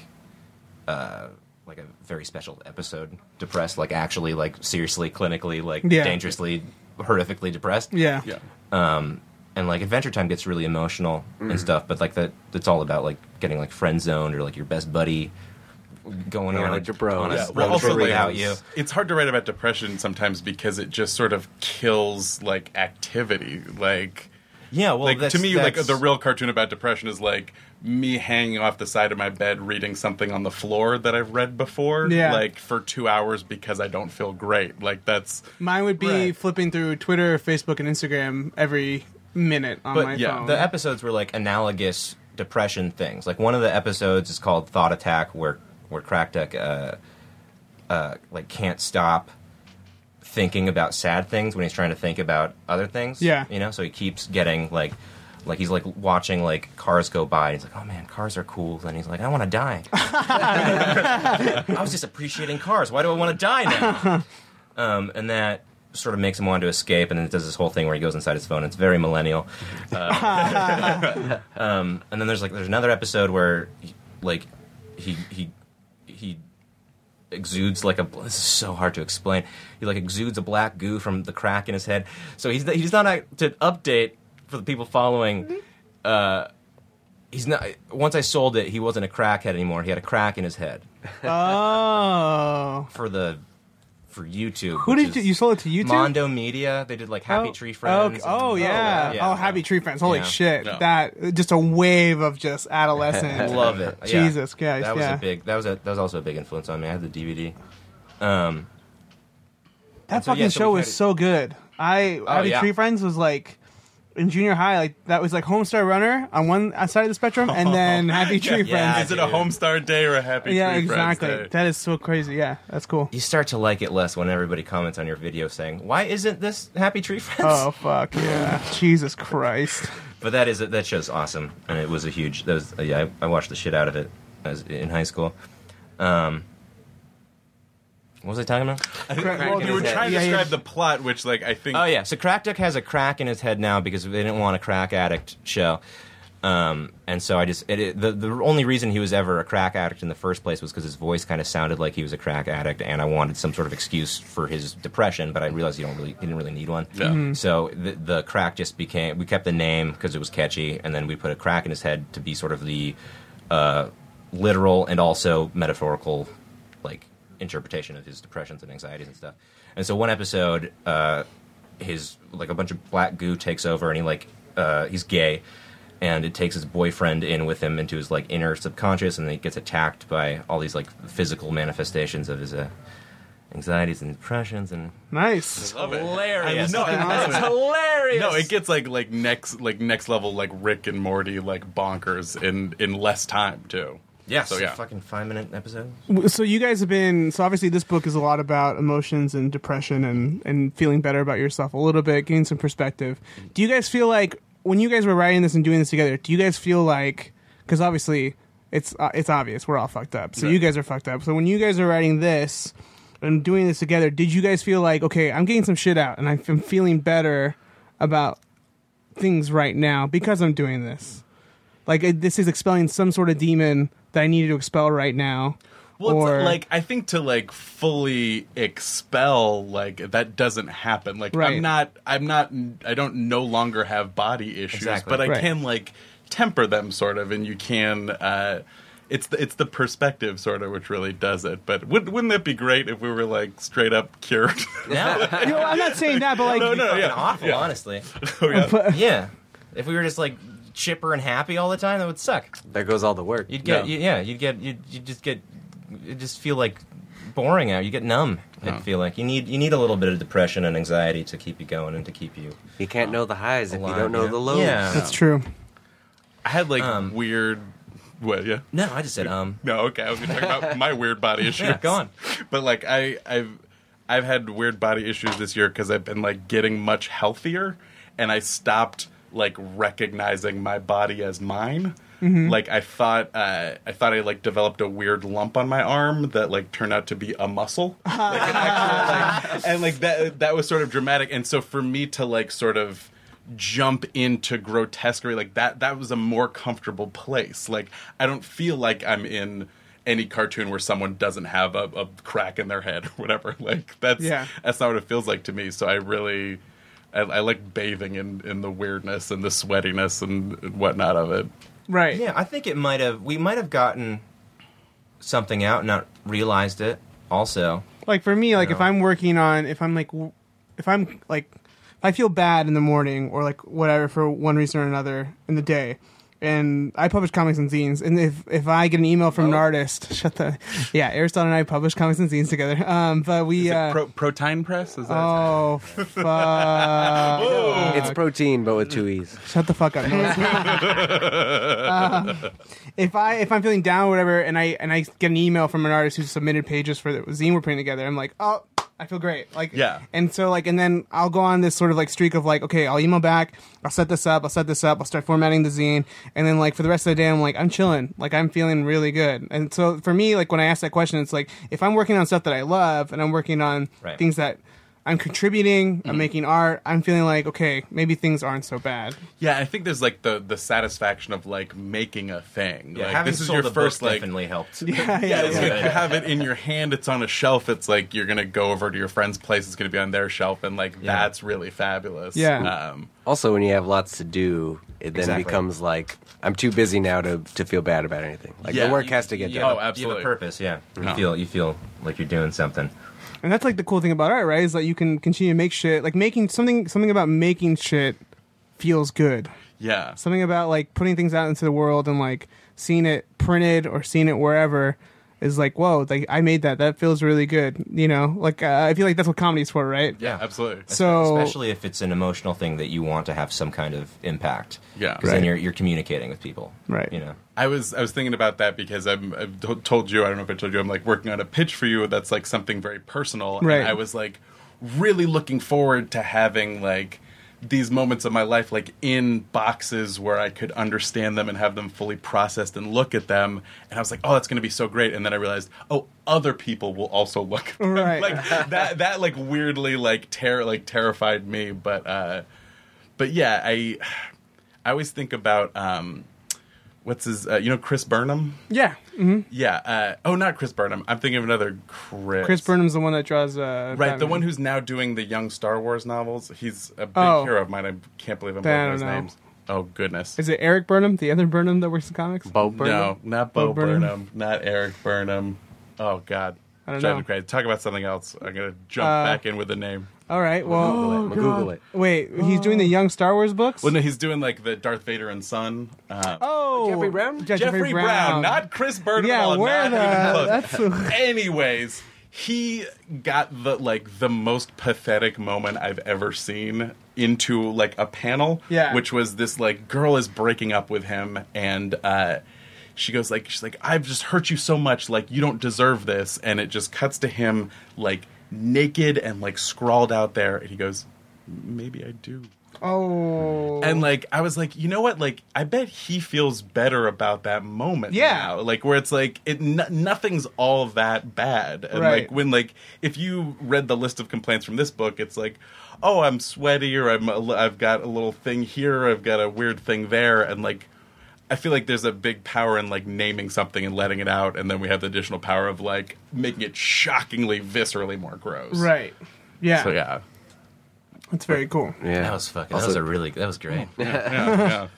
Speaker 1: uh, like a very special episode depressed, like actually like seriously, clinically, like
Speaker 4: Yeah.
Speaker 1: dangerously, horrifically depressed.
Speaker 4: Yeah.
Speaker 3: yeah.
Speaker 1: And like Adventure Time gets really emotional
Speaker 2: Mm-hmm.
Speaker 1: and stuff, but like that it's all about like getting like friend zoned or like your best buddy going on
Speaker 2: Hanging out
Speaker 1: a,
Speaker 2: with your bros.
Speaker 1: on a
Speaker 2: Yeah,
Speaker 1: road
Speaker 2: well,
Speaker 1: trip
Speaker 2: also, like,
Speaker 1: without you.
Speaker 3: It's hard to write about depression sometimes because it just sort of kills like activity. Like
Speaker 1: Yeah, well,
Speaker 3: like
Speaker 1: that's,
Speaker 3: to me, like
Speaker 1: that's-
Speaker 3: the real cartoon about depression is like me hanging off the side of my bed reading something on the floor that I've read before,
Speaker 4: Yeah.
Speaker 3: like for two hours because I don't feel great. Like that's
Speaker 4: Mine would be
Speaker 1: Right.
Speaker 4: flipping through Twitter, Facebook, and Instagram every minute on
Speaker 1: But
Speaker 4: my
Speaker 3: yeah,
Speaker 4: phone.
Speaker 1: the episodes were like analogous depression things. Like one of the episodes is called Thought Attack, where where Crack Duck uh, uh, like can't stop thinking about sad things when he's trying to think about other things.
Speaker 4: Yeah.
Speaker 1: you know, so he keeps getting like. Like he's like watching like cars go by. And he's like, "Oh man, cars are cool." And he's like, "I want to die." I was just appreciating cars. Why do I want to die now? Um, and that sort of makes him want to escape. And then it does this whole thing where he goes inside his phone. It's very millennial. Uh, um, and then there's like there's another episode where he, like he he he exudes like a bl- this is so hard to explain he like exudes a black goo from the crack in his head so he's he's not act- to update for the people following uh
Speaker 4: Mm-hmm.
Speaker 1: he's not once i sold it he wasn't a crackhead anymore he had a crack in his head
Speaker 4: oh,
Speaker 1: for the for youtube
Speaker 4: who
Speaker 1: which
Speaker 4: did you,
Speaker 1: is
Speaker 4: you sold it to YouTube?
Speaker 1: mondo media they did like happy
Speaker 4: Oh,
Speaker 1: tree friends
Speaker 4: okay. Oh,
Speaker 1: and-
Speaker 4: yeah. Oh, Happy Tree Friends. Holy
Speaker 1: Yeah.
Speaker 4: shit!
Speaker 3: Yeah.
Speaker 4: That just a wave of just adolescent.
Speaker 1: Love it. Yeah.
Speaker 4: Jesus Christ,
Speaker 1: That was
Speaker 4: yeah.
Speaker 1: a big. That was a, that was also a big influence on me. I had the DVD.
Speaker 4: That
Speaker 1: so,
Speaker 4: fucking
Speaker 1: yeah, so
Speaker 4: show
Speaker 1: we
Speaker 4: was
Speaker 1: had- Oh,
Speaker 4: so good. I Happy
Speaker 1: yeah.
Speaker 4: Tree Friends was like in junior high, like that was like Homestar Runner on one side of the spectrum, and then Happy Tree
Speaker 1: Yeah,
Speaker 4: Friends.
Speaker 3: is it a
Speaker 1: dude.
Speaker 3: Homestar Day or a Happy
Speaker 4: Yeah,
Speaker 3: Tree Friends
Speaker 4: exactly.
Speaker 3: Day?
Speaker 4: That is so crazy. Yeah, that's cool.
Speaker 1: You start to like it less when everybody comments on your video saying, "Why isn't this Happy Tree Friends?"
Speaker 4: Oh fuck yeah! Jesus Christ.
Speaker 1: But that is that show's awesome, and it was a huge. That was yeah. I, I watched the shit out of it as, in high school. Um, what was I talking about?
Speaker 4: Well,
Speaker 2: in
Speaker 3: You were
Speaker 2: his head.
Speaker 3: trying to
Speaker 4: Yeah, yeah.
Speaker 3: describe the plot, which like I think
Speaker 1: Oh yeah, so Crack Duck has a crack in his head now because they didn't want a crack addict show, um, and so I just it, it, the the only reason he was ever a crack addict in the first place was because his voice kind of sounded like he was a crack addict, and I wanted some sort of excuse for his depression, but I realized you don't really he didn't really need one.
Speaker 3: Yeah. Mhm.
Speaker 1: So the, the crack just became we kept the name because it was catchy, and then we put a crack in his head to be sort of the uh, literal and also metaphorical like interpretation of his depressions and anxieties and stuff. And so one episode, uh, his like a bunch of black goo takes over, and he like uh, he's gay, and it takes his boyfriend in with him into his like inner subconscious, and then he gets attacked by all these like physical manifestations of his uh, anxieties and depressions, and
Speaker 4: Nice.
Speaker 3: love it.
Speaker 1: hilarious.
Speaker 3: I know, I love
Speaker 1: It's
Speaker 3: it.
Speaker 1: hilarious.
Speaker 3: No, it gets like like next like next level like Rick and Morty like bonkers in in less time too.
Speaker 1: yes,
Speaker 3: So yeah.
Speaker 1: fucking five minute episode.
Speaker 4: So you guys have been so obviously this book is a lot about emotions and depression and and feeling better about yourself a little bit, getting some perspective. Do you guys feel like when you guys were writing this and doing this together, do you guys feel like cuz obviously it's uh, it's obvious we're all fucked up. So you guys are fucked up. So when you guys are writing this and doing this together, did you guys feel like okay, I'm getting some shit out and I'm I'm feeling better about things right now because I'm doing this? Like it- this is expelling some sort of demon that I needed to expel right now.
Speaker 3: Well, it's,
Speaker 4: or-
Speaker 3: like I think to like fully expel like that doesn't happen. Like
Speaker 4: Right.
Speaker 3: I'm not, I'm not, I don't no longer have body issues,
Speaker 1: Exactly.
Speaker 3: but I
Speaker 4: Right.
Speaker 3: can like temper them sort of, and you can. uh it's the, it's the perspective sort of which really does it. But would, wouldn't that be great if we were like straight up cured?
Speaker 1: Now,
Speaker 4: You know, I'm not saying that, but like,
Speaker 3: No, no, yeah,
Speaker 1: awful,
Speaker 3: yeah.
Speaker 1: honestly.
Speaker 3: Oh, yeah.
Speaker 1: Yeah, if we were just like chipper and happy all the time, that would suck.
Speaker 2: There goes all the work.
Speaker 1: You'd get,
Speaker 3: Yeah.
Speaker 1: you- yeah, you'd get, you'd, you'd just get, you just feel like boring out. You get numb. I feel like you need you need a little bit of depression and anxiety to keep you going and to keep you.
Speaker 2: You can't know the highs if you
Speaker 1: Alive,
Speaker 2: don't know
Speaker 1: yeah.
Speaker 2: the lows.
Speaker 1: Yeah.
Speaker 4: that's true.
Speaker 3: I had like
Speaker 1: Um,
Speaker 3: weird. What? Yeah.
Speaker 1: No, I just said um.
Speaker 3: No, okay. I was going to talk about my weird body issues.
Speaker 1: Yeah, go on.
Speaker 3: But like I, I've I've had weird body issues this year because I've been like getting much healthier, and I stopped like recognizing my body as mine. Like I thought, uh, I thought I like developed a weird lump on my arm that like turned out to be a muscle, like, an actual, like, and like that that was sort of dramatic. And so for me to like sort of jump into grotesquerie like that that was a more comfortable place like i don't feel like i'm in any cartoon where someone doesn't have a, a crack in their head or whatever like that's
Speaker 4: Yeah.
Speaker 3: that's not what it feels like to me so i really i, I like bathing in in the weirdness and the sweatiness and whatnot of it
Speaker 4: Right.
Speaker 1: Yeah, I think it might have. We might have gotten something out and not realized it. Also,
Speaker 4: like for me like if
Speaker 1: know?
Speaker 4: i'm working on if i'm like w- if i'm like if i feel bad in the morning or like whatever for one reason or another in the day and i publish comics and zines and if if i get an email
Speaker 3: Oh.
Speaker 4: from an artist shut the yeah aristotle and i publish comics and zines together um but we
Speaker 3: Is
Speaker 4: uh
Speaker 3: it pro, protein press is that
Speaker 4: oh fuck
Speaker 2: It's protein, but with two E's.
Speaker 4: Shut the fuck up. No, it's not. Um, if I if I'm feeling down or whatever, and I and I get an email from an artist who submitted pages for the zine we're putting together, I'm like, oh, I feel great. Like,
Speaker 3: Yeah.
Speaker 4: And so like, and then I'll go on this sort of like streak of like, okay, I'll email back, I'll set this up, I'll set this up, I'll start formatting the zine, and then like for the rest of the day, I'm like, I'm chilling, like I'm feeling really good. And so for me, like when I ask that question, it's like if I'm working on stuff that I love and I'm working on
Speaker 1: Right.
Speaker 4: things that. I'm contributing. I'm making art. I'm feeling like okay, maybe things aren't so bad.
Speaker 3: yeah i think there's like the the satisfaction of like making a thing
Speaker 1: yeah,
Speaker 3: like
Speaker 1: having
Speaker 3: this is
Speaker 1: sold
Speaker 3: your
Speaker 1: the
Speaker 3: first
Speaker 1: book
Speaker 3: like
Speaker 1: definitely helped.
Speaker 3: Yeah, it's
Speaker 1: yeah,
Speaker 3: like
Speaker 1: yeah.
Speaker 3: you have it in your hand. It's on a shelf. It's like you're gonna go over to your friend's place. It's gonna be on their shelf, and like
Speaker 1: Yeah.
Speaker 3: that's really fabulous.
Speaker 4: Yeah.
Speaker 3: um,
Speaker 2: Also, when you have lots to do, it then
Speaker 1: Exactly.
Speaker 2: becomes like I'm too busy now to, to feel bad about anything. Like
Speaker 3: Yeah.
Speaker 2: the work has to get
Speaker 1: You have,
Speaker 2: done.
Speaker 3: Oh,
Speaker 1: a- You have
Speaker 3: absolutely.
Speaker 1: a purpose. Yeah, you
Speaker 3: No.
Speaker 1: feel you feel like you're doing something.
Speaker 4: And that's like the cool thing about art, right? Is that you can continue to make shit. Like making something, something about making shit feels good.
Speaker 3: yeah,
Speaker 4: Something about like putting things out into the world and like seeing it printed or seeing it wherever is like, whoa, like I made that. That feels really good. You know, like uh, I feel like that's what comedy's for, right?
Speaker 3: yeah, absolutely.
Speaker 4: So
Speaker 1: especially if it's an emotional thing that you want to have some kind of impact.
Speaker 3: Yeah.
Speaker 1: 'Cause
Speaker 4: Right.
Speaker 1: then you're you're communicating with people.
Speaker 4: Right.
Speaker 1: You know.
Speaker 3: I was I was thinking about that because I'm, I've to- told you I don't know if I told you I'm like working on a pitch for you that's like something very personal.
Speaker 4: Right.
Speaker 3: And I was like really looking forward to having like these moments of my life like in boxes where I could understand them and have them fully processed and look at them. And I was like, oh, that's going to be so great. And then I realized, oh, other people will also look at them.
Speaker 4: Right.
Speaker 3: like that that like weirdly like terror like terrified me, but. uh but yeah, I I always think about um, what's his uh, you know Chris Burnham.
Speaker 4: yeah, hmm
Speaker 3: Yeah. Uh, oh, not Chris Burnham. I'm thinking of another Chris.
Speaker 4: Chris Burnham's the one that draws. Uh,
Speaker 3: Right, the
Speaker 4: Batman.
Speaker 3: one who's now doing the young Star Wars novels. He's a big
Speaker 4: Oh.
Speaker 3: hero of mine. I can't believe I'm
Speaker 4: I
Speaker 3: blanking
Speaker 4: don't
Speaker 3: his
Speaker 4: know.
Speaker 3: names. Oh goodness.
Speaker 4: is it Eric Burnham, the other Burnham that works in comics.
Speaker 2: Bo Burnham?
Speaker 3: No, not Bo,
Speaker 4: Bo Burnham?
Speaker 3: Burnham. not Eric Burnham. Oh God.
Speaker 4: I don't
Speaker 3: Driving
Speaker 4: know.
Speaker 3: me crazy. Talk about something else. I'm gonna jump
Speaker 4: Uh,
Speaker 3: back in with a name.
Speaker 4: All right, well,
Speaker 1: oh,
Speaker 2: Google it. I'm gonna Google it.
Speaker 4: wait, he's doing the young Star Wars books.
Speaker 3: Well, no, he's doing like the Darth Vader and Son. Uh,
Speaker 4: oh,
Speaker 2: Jeffrey Brown?
Speaker 4: Yeah,
Speaker 3: Jeffrey, Brown. not Chris Burnham.
Speaker 4: Yeah,
Speaker 3: Oh,
Speaker 4: where
Speaker 3: not even close.
Speaker 4: the that's
Speaker 3: anyways he got the like the most pathetic moment i've ever seen into like a panel
Speaker 4: Yeah.
Speaker 3: which was this like girl is breaking up with him and uh she goes like she's like i've just hurt you so much like you don't deserve this and it just cuts to him like naked and like scrawled out there and he goes maybe i do
Speaker 4: oh
Speaker 3: and like I was like, you know what? Like I bet he feels better about that moment.
Speaker 4: Yeah.
Speaker 3: now. like where it's like it no, nothing's all that bad. And
Speaker 4: Right.
Speaker 3: like when like if you read the list of complaints from this book, it's like, oh, I'm sweaty, or I'm a li- I've got a little thing here, or I've got a weird thing there, and like. I feel like there's a big power in like naming something and letting it out, and then we have the additional power of like making it shockingly, viscerally more gross.
Speaker 4: right yeah
Speaker 3: So yeah.
Speaker 4: that's very cool
Speaker 2: Yeah.
Speaker 1: That was fucking.
Speaker 2: Also-
Speaker 1: that was a really. That was great.
Speaker 3: yeah, yeah.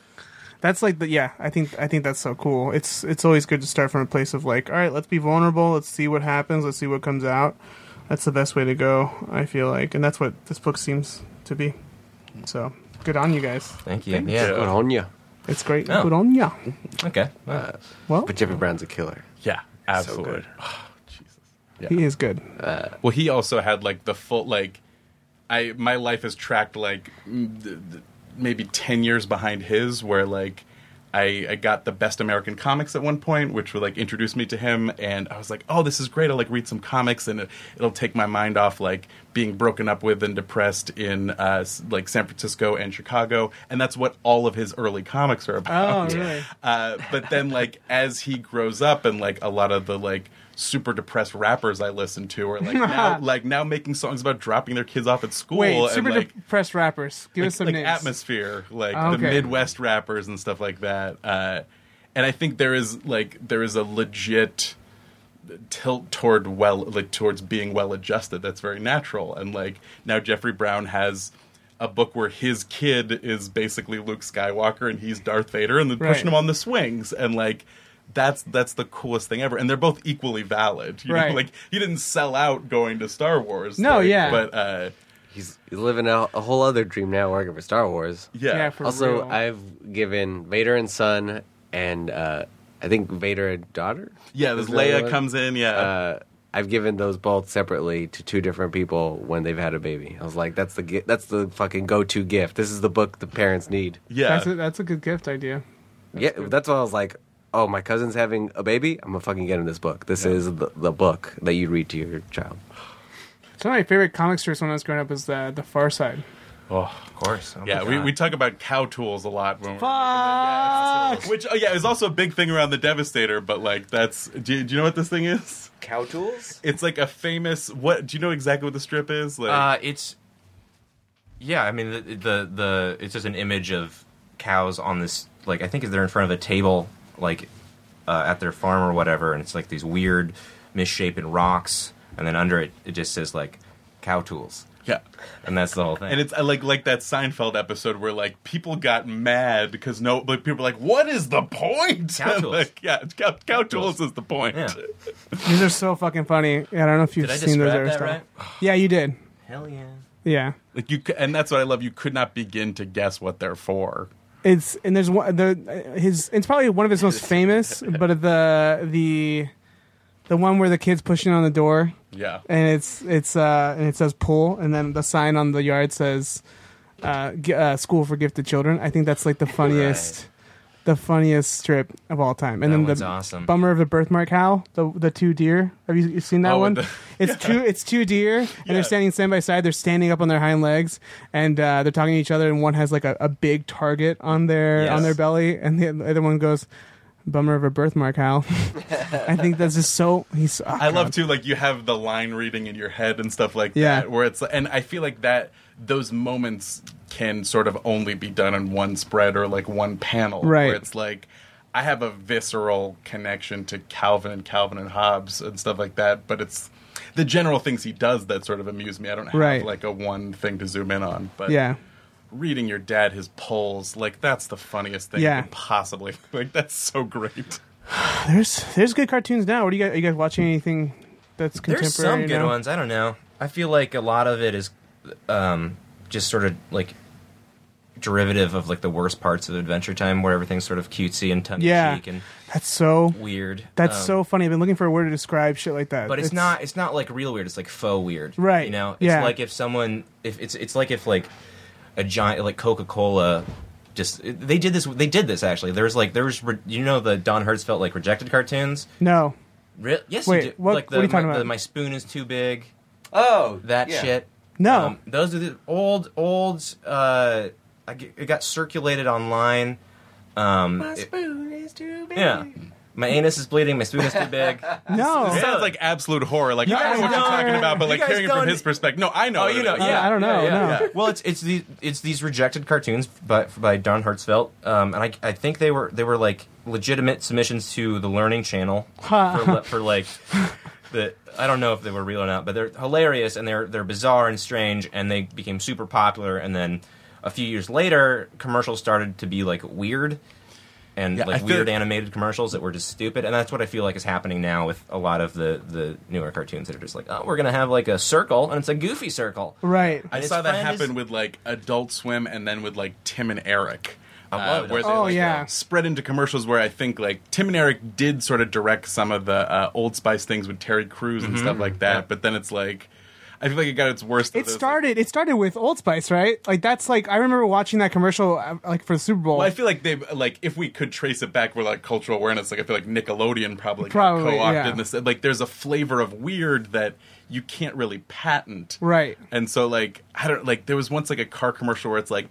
Speaker 4: that's like the yeah. I think I think that's so cool. It's it's always good to start from a place of like, all right, let's be vulnerable. Let's see what happens. Let's see what comes out. That's the best way to go. I feel like, and that's what this book seems to be. So good on you guys.
Speaker 1: Thank you. yeah.
Speaker 2: Good on ya.
Speaker 4: It's great.
Speaker 1: Oh.
Speaker 4: Good on ya.
Speaker 1: Okay.
Speaker 4: Well,
Speaker 2: But Jeffrey Brown's a killer.
Speaker 3: Yeah, absolutely.
Speaker 2: good.
Speaker 3: Oh, Jesus. Yeah.
Speaker 4: he is good.
Speaker 3: Well, he also had like the full like, I my life is tracked like mm, th- th- maybe ten years behind his, where like I, I got the best American comics at one point, which would like introduce me to him, and I was like, oh, this is great. I'll like read some comics, and it, it'll take my mind off like being broken up with and depressed in uh, s- like San Francisco and Chicago, and that's what all of his early comics are
Speaker 4: Oh,
Speaker 3: about.
Speaker 4: really?
Speaker 3: Uh, but then like as he grows up and like a lot of the like super depressed rappers I listen to are like now like now making songs about dropping their kids off at school
Speaker 4: Wait,
Speaker 3: and
Speaker 4: super
Speaker 3: like
Speaker 4: depressed rappers. Give us some
Speaker 3: like
Speaker 4: names.
Speaker 3: atmosphere, like
Speaker 4: Oh,
Speaker 3: the
Speaker 4: okay.
Speaker 3: Midwest rappers and stuff like that. Uh, and I think there is like there is a legit tilt toward well like towards being well adjusted that's very natural and like now jeffrey brown has a book where his kid is basically luke skywalker and he's darth vader and they're
Speaker 4: Right.
Speaker 3: pushing him on the swings and like that's that's the coolest thing ever and they're both equally valid you
Speaker 4: Right.
Speaker 3: know like he didn't sell out going to star wars
Speaker 4: No,
Speaker 3: like,
Speaker 4: yeah.
Speaker 3: but uh
Speaker 2: He's, he's living a, a whole other dream now working for Star Wars.
Speaker 3: yeah,
Speaker 4: Yeah, for-
Speaker 2: also,
Speaker 4: real.
Speaker 2: I've given Vader and son, and uh, I think Vader a daughter.
Speaker 3: yeah this
Speaker 2: Is that
Speaker 3: leia
Speaker 2: what-
Speaker 3: comes in yeah
Speaker 2: Uh, I've given those both separately to two different people when they've had a baby. I was like, that's the gi- that's the fucking go to gift. This is the book the parents need.
Speaker 3: yeah
Speaker 4: That's a, that's a good gift idea.
Speaker 2: yeah, that's why I was like, oh, my cousin's having a baby. I'm gonna fucking get him this book. This is the, the book that you read to your child.
Speaker 4: Some of my favorite comic strips when I was growing up was the the Far Side.
Speaker 1: Of course. Oh my
Speaker 3: Yeah, we,
Speaker 1: God.
Speaker 3: we talk about cow tools a lot when we're
Speaker 4: Fuck!
Speaker 3: which oh yeah, it was also a big thing around the Devastator, but like that's do you, do you know what this thing is?
Speaker 2: Cow tools?
Speaker 3: It's like a famous what do you know exactly what the strip is? Like
Speaker 1: Uh, it's yeah. I mean, the, the the it's just an image of cows on this like I think they're in front of a table like uh, at their farm or whatever, and it's like these weird misshapen rocks, and then under it it just says like cow tools,
Speaker 3: yeah.
Speaker 1: and that's the whole thing.
Speaker 3: And it's uh, like like that Seinfeld episode where like people got mad because no like people were like, What is the point?
Speaker 1: Cow
Speaker 3: And,
Speaker 1: tools.
Speaker 3: like, yeah, it's cow, cow tools is the point.
Speaker 1: Yeah.
Speaker 4: These are so fucking funny. I don't know if you've
Speaker 1: Did I
Speaker 4: seen those
Speaker 1: describe that
Speaker 4: Aristotle.
Speaker 1: right?
Speaker 4: Yeah, you did.
Speaker 1: Hell yeah.
Speaker 4: Yeah.
Speaker 3: Like you c- and that's what I love, you could not begin to guess what they're for.
Speaker 4: It's and there's one the his it's probably one of his most famous, but the the the one where the kid's pushing on the door
Speaker 3: Yeah.
Speaker 4: and it's it's uh and it says pull and then the sign on the yard says uh, g- uh school for gifted children. I think that's like the funniest the funniest strip of all time. And
Speaker 1: That
Speaker 4: then
Speaker 1: one's
Speaker 4: the
Speaker 1: awesome.
Speaker 4: bummer of the birthmark howl, the the two deer. Have you, you seen that
Speaker 3: Oh,
Speaker 4: one?
Speaker 3: and the-
Speaker 4: it's two it's two deer and
Speaker 3: Yeah.
Speaker 4: they're standing side by side. They're standing up on their hind legs and uh, they're talking to each other and one has like a, a big target on their on
Speaker 3: Yes.
Speaker 4: their belly and the other one goes bummer of a birthmark howl. I think that's just so he's oh,
Speaker 3: I love
Speaker 4: God.
Speaker 3: too, like you have the line reading in your head and stuff like
Speaker 4: Yeah.
Speaker 3: that, where it's and I feel like that those moments can sort of only be done in one spread or like one panel,
Speaker 4: Right.
Speaker 3: Where it's like I have a visceral connection to Calvin and Calvin and Hobbes and stuff like that, but it's the general things he does that sort of amuse me. I don't have
Speaker 4: Right.
Speaker 3: like a one thing to zoom in on, but
Speaker 4: Yeah.
Speaker 3: reading your dad his polls, like that's the funniest thing
Speaker 4: Yeah.
Speaker 3: you could possibly like that's so great.
Speaker 4: There's there's good cartoons now. What are you guys are you guys watching anything that's contemporary?
Speaker 1: There's some good
Speaker 4: now?
Speaker 1: ones. I don't know. I feel like a lot of it is um, just sort of like derivative of like the worst parts of Adventure Time, where everything's sort of cutesy and tongue
Speaker 4: Yeah.
Speaker 1: in cheek and
Speaker 4: That's so
Speaker 1: weird.
Speaker 4: that's
Speaker 1: Um,
Speaker 4: so funny. I've been looking for a word to describe shit like that.
Speaker 1: but it's, not it's not like real weird it's like faux weird
Speaker 4: Right,
Speaker 1: you know it's
Speaker 4: yeah.
Speaker 1: like if someone if it's it's like if like a giant like coca-cola just they did this they did this actually there's like there's re- you know the don hertzfeld like rejected cartoons
Speaker 4: No.
Speaker 1: Re- yes
Speaker 4: Wait,
Speaker 1: you do.
Speaker 4: what-
Speaker 1: like the,
Speaker 4: what are you talking
Speaker 1: my,
Speaker 4: about?
Speaker 1: the my spoon is too big
Speaker 2: Oh,
Speaker 1: that
Speaker 2: yeah.
Speaker 1: shit
Speaker 4: No.
Speaker 1: Um, those are the old old uh I g it got circulated online um
Speaker 2: My
Speaker 1: it-
Speaker 2: spoon is too big.
Speaker 1: yeah my anus is bleeding my spoon is too big
Speaker 4: no.
Speaker 3: It sounds like absolute horror. Like I
Speaker 1: guys
Speaker 3: don't know what
Speaker 1: don't-
Speaker 3: you're talking about, but
Speaker 1: you
Speaker 3: like
Speaker 1: guys
Speaker 3: hearing it from
Speaker 1: don't-
Speaker 3: his perspective. No, I know.
Speaker 1: Oh,
Speaker 3: what
Speaker 1: you
Speaker 3: it
Speaker 1: know,
Speaker 3: is.
Speaker 1: yeah.
Speaker 4: I don't know, no.
Speaker 1: Well, it's it's these it's these rejected cartoons by by Don Hertzfeldt, um, and I, I think they were they were like legitimate submissions to the Learning Channel for, le- for like the I don't know if they were real or not, but they're hilarious and they're they're bizarre and strange, and they became super popular. And then a few years later, commercials started to be like weird, and
Speaker 3: Yeah, I
Speaker 1: like
Speaker 3: feel-
Speaker 1: weird animated commercials that were just stupid. And that's what I feel like is happening now with a lot of the the newer cartoons that are just like, oh, we're gonna have like a circle, and it's a goofy circle.
Speaker 4: Right.
Speaker 3: I
Speaker 1: His
Speaker 3: saw that
Speaker 1: friend
Speaker 3: happen
Speaker 1: is-
Speaker 3: with like Adult Swim and then with like Tim and Eric. uh,
Speaker 1: love
Speaker 3: where they
Speaker 1: Adult
Speaker 4: Oh,
Speaker 3: like,
Speaker 4: yeah.
Speaker 3: spread into commercials where I think like Tim and Eric did sort of direct some of the uh, Old Spice things with Terry Crews and stuff like that, but then it's like I feel like it got its worst.
Speaker 4: It started. It started with Old Spice, right? Like that's like I remember watching that commercial uh, like for the Super Bowl.
Speaker 3: well, I feel like they like if we could trace it back, we're like cultural awareness. Like I feel like Nickelodeon probably, got
Speaker 4: Probably,
Speaker 3: co-opted
Speaker 4: yeah.
Speaker 3: in this. Like there's a flavor of weird that you can't really patent,
Speaker 4: right.
Speaker 3: And so like I don't like there was once like a car commercial where it's like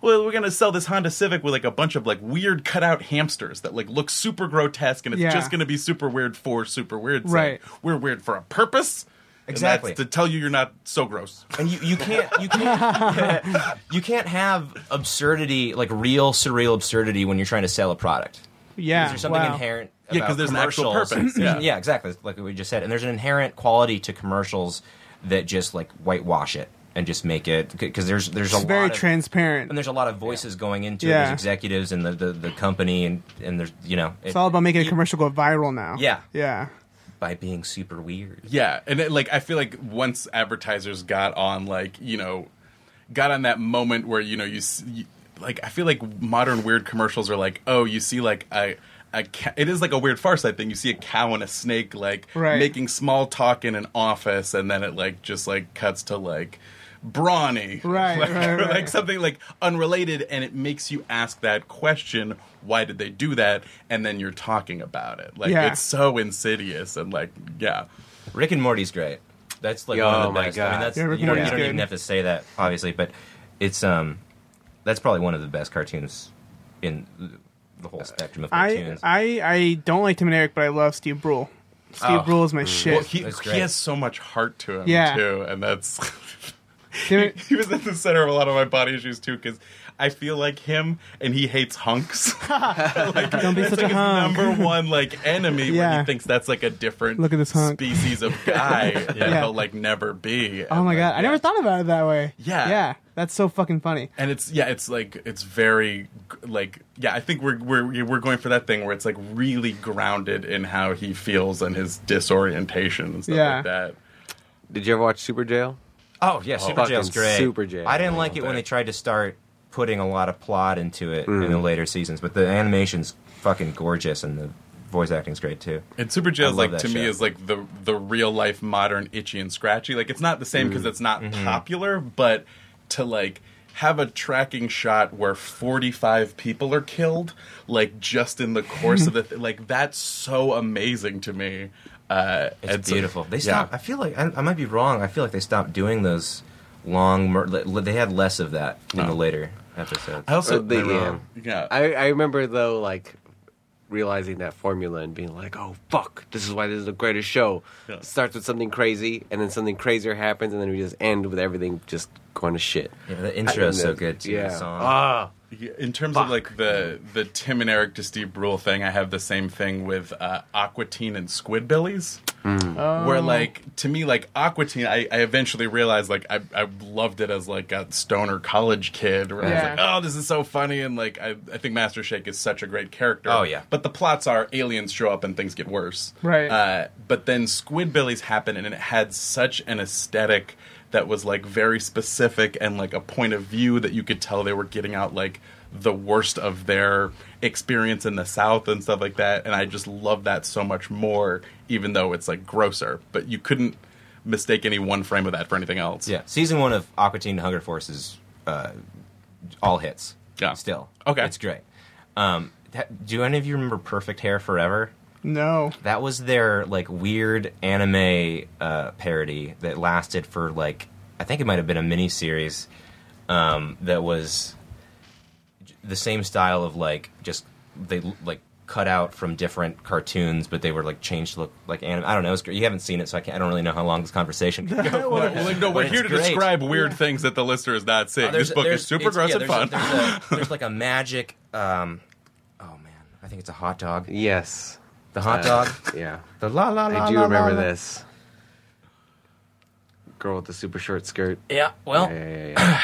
Speaker 3: well, we're gonna sell this Honda Civic with like a bunch of like weird cutout hamsters that like look super grotesque, and it's
Speaker 4: Yeah.
Speaker 3: just gonna be super weird for super weird. sake.
Speaker 4: Right.
Speaker 3: we're weird for a purpose. and that's
Speaker 1: Exactly.
Speaker 3: to tell you you're not so gross.
Speaker 1: and you, you can't you can't you can't have absurdity like real surreal absurdity when you're trying to sell a product.
Speaker 4: Yeah.
Speaker 1: Is there something
Speaker 4: wow.
Speaker 1: inherent?
Speaker 3: Yeah, 'cause
Speaker 1: about
Speaker 3: there's an actual
Speaker 1: commercials-
Speaker 3: purpose, yeah.
Speaker 1: exactly. Like we just said, and there's an inherent quality to commercials that just like whitewash it and just make it because there's there's a
Speaker 4: It's very
Speaker 1: lot of,
Speaker 4: transparent.
Speaker 1: and there's a lot of voices going into it.
Speaker 4: Yeah.
Speaker 1: There's executives and the, the, the company and and there's you know
Speaker 4: it's all about making a commercial go viral now.
Speaker 1: Yeah.
Speaker 4: Yeah.
Speaker 1: by being super weird.
Speaker 3: Yeah, and it, like I feel like once advertisers got on, like you know, got on that moment where you know you, s- you like I feel like modern weird commercials are like, oh, you see like a. A ca- it is like a weird farsight thing. You see a cow and a snake like
Speaker 4: Right.
Speaker 3: making small talk in an office, and then it like just like cuts to like brawny,
Speaker 4: Right,
Speaker 3: like,
Speaker 4: right,
Speaker 3: or, like,
Speaker 4: right.
Speaker 3: something like unrelated, and it makes you ask that question: Why did they do that? And then you're talking about it. Like
Speaker 4: Yeah.
Speaker 3: it's so insidious, and like yeah,
Speaker 1: Rick and Morty's great. That's like
Speaker 2: Yo,
Speaker 1: one of the
Speaker 2: oh my
Speaker 1: best. I
Speaker 2: God.
Speaker 1: mean, that's
Speaker 4: Yeah, Rick
Speaker 1: you, don't,
Speaker 4: and
Speaker 1: you
Speaker 4: Morty's
Speaker 1: don't
Speaker 4: good.
Speaker 1: even have to say that, obviously, but it's um, that's probably one of the best cartoons in the whole spectrum of
Speaker 4: I
Speaker 1: cartoons.
Speaker 4: I I don't like Tim and Eric, but I love Steve Brule. Steve
Speaker 1: Oh.
Speaker 4: Brule is
Speaker 1: Mm.
Speaker 4: my shit.
Speaker 3: Well, he,
Speaker 1: That's
Speaker 3: he
Speaker 1: great.
Speaker 3: has so much heart to him
Speaker 4: Yeah.
Speaker 3: too, and that's
Speaker 4: Tim and-
Speaker 3: he was at the center of a lot of my body issues too. Because I feel like him, and he hates hunks. like,
Speaker 4: Don't be
Speaker 3: that's
Speaker 4: such a
Speaker 3: like his
Speaker 4: hunk.
Speaker 3: number one like enemy. Where
Speaker 4: Yeah.
Speaker 3: he thinks that's like a different
Speaker 4: Look at this hunk.
Speaker 3: species of guy that
Speaker 4: Yeah.
Speaker 3: he'll like never be.
Speaker 4: oh my god, I never thought about it that way.
Speaker 3: Yeah.
Speaker 4: Yeah. That's so fucking funny.
Speaker 3: And it's yeah, it's like it's very like yeah. I think we're we're we're going for that thing where it's like really grounded in how he feels and his disorientation and stuff
Speaker 4: Yeah.
Speaker 3: like that.
Speaker 2: Did you ever watch Super Jail?
Speaker 1: oh yeah, Super Jail's
Speaker 2: fucking
Speaker 1: great.
Speaker 2: Super Jail.
Speaker 1: I didn't like it when they tried to start putting a lot of plot into it in
Speaker 2: Mm.
Speaker 1: the later seasons, but the animation's fucking gorgeous and the voice acting's great too.
Speaker 3: And Super
Speaker 1: I
Speaker 3: Jail
Speaker 1: love
Speaker 3: like
Speaker 1: that
Speaker 3: to
Speaker 1: show.
Speaker 3: me is like the the real life modern itchy and scratchy. Like it's not the same because
Speaker 1: Mm-hmm.
Speaker 3: it's not popular, but to like have a tracking shot where 45 people are killed like just in the course of the th- like that's so amazing to me uh
Speaker 1: It's
Speaker 3: and so-
Speaker 1: beautiful. They
Speaker 3: yeah.
Speaker 1: stopped. I feel like I, I might be wrong. I feel like they stopped doing those long. Mur- li- they had less of that in the later episodes.
Speaker 3: Oh. I also
Speaker 2: Uh, the-
Speaker 3: I remember- yeah.
Speaker 2: I, I remember though, like realizing that formula and being like, "Oh fuck, this is why this is the greatest show."
Speaker 3: Yeah.
Speaker 2: It starts with something crazy, and then something crazier happens, and then we just end with everything just going to shit.
Speaker 1: Yeah, the intro is
Speaker 2: And
Speaker 1: so
Speaker 2: then-
Speaker 1: good too.
Speaker 2: Yeah.
Speaker 1: The song.
Speaker 3: Uh,
Speaker 2: Ah,
Speaker 3: Yeah, in terms of
Speaker 2: Fuck.
Speaker 3: like the the Tim and Eric to Steve Brule thing, I have the same thing with uh, Aquatine and Squidbillies.
Speaker 4: Oh.
Speaker 3: Where like to me, like Aquatine, I, I eventually realized like I, I loved it as like a stoner college kid. Where I was
Speaker 4: Yeah.
Speaker 3: like, oh, this is so funny, and like I, I think Master Shake is such a great character.
Speaker 1: Oh, yeah.
Speaker 3: But the plots are aliens show up and things get worse.
Speaker 4: Right.
Speaker 3: Uh, but then Squidbillies happened, and it had such an aesthetic that was like very specific and like a point of view that you could tell they were getting out like the worst of their experience in the South and stuff like that. And I just love that so much more, even though it's like grosser. But you couldn't mistake any one frame of that for anything else.
Speaker 1: Yeah, season one of Aqua Teen Hunger Force is uh, all hits.
Speaker 3: Yeah.
Speaker 1: Still.
Speaker 3: Okay.
Speaker 1: It's great. Um, ha- do any of you remember Perfect Hair Forever?
Speaker 4: Oh, No.
Speaker 1: That was their like weird anime uh, parody that lasted for like I think it might have been a mini series um, that was j- the same style of like just they like cut out from different cartoons, but they were like changed to look like anime. I don't know. It's, great. you haven't seen it, so I can't. I don't really know how long this conversation. Can go.
Speaker 3: Well, like, no, we're
Speaker 1: But
Speaker 3: here to
Speaker 1: it's great.
Speaker 3: describe weird things that the listener is not seeing.
Speaker 1: Oh,
Speaker 3: this
Speaker 1: there's-
Speaker 3: book is
Speaker 1: there's-
Speaker 3: super
Speaker 1: it's-
Speaker 3: gross
Speaker 1: yeah,
Speaker 3: and
Speaker 1: there's a-
Speaker 3: fun.
Speaker 1: there's, a, there's like a magic. Um, oh man, I think it's a hot dog.
Speaker 2: yes,
Speaker 1: The hot
Speaker 2: Uh,
Speaker 1: dog.
Speaker 2: Yeah,
Speaker 1: The la la la.
Speaker 2: I do
Speaker 1: la, la,
Speaker 2: remember
Speaker 1: la.
Speaker 2: this girl with the super short skirt.
Speaker 1: Yeah. Well,
Speaker 2: Yeah, yeah, yeah, yeah.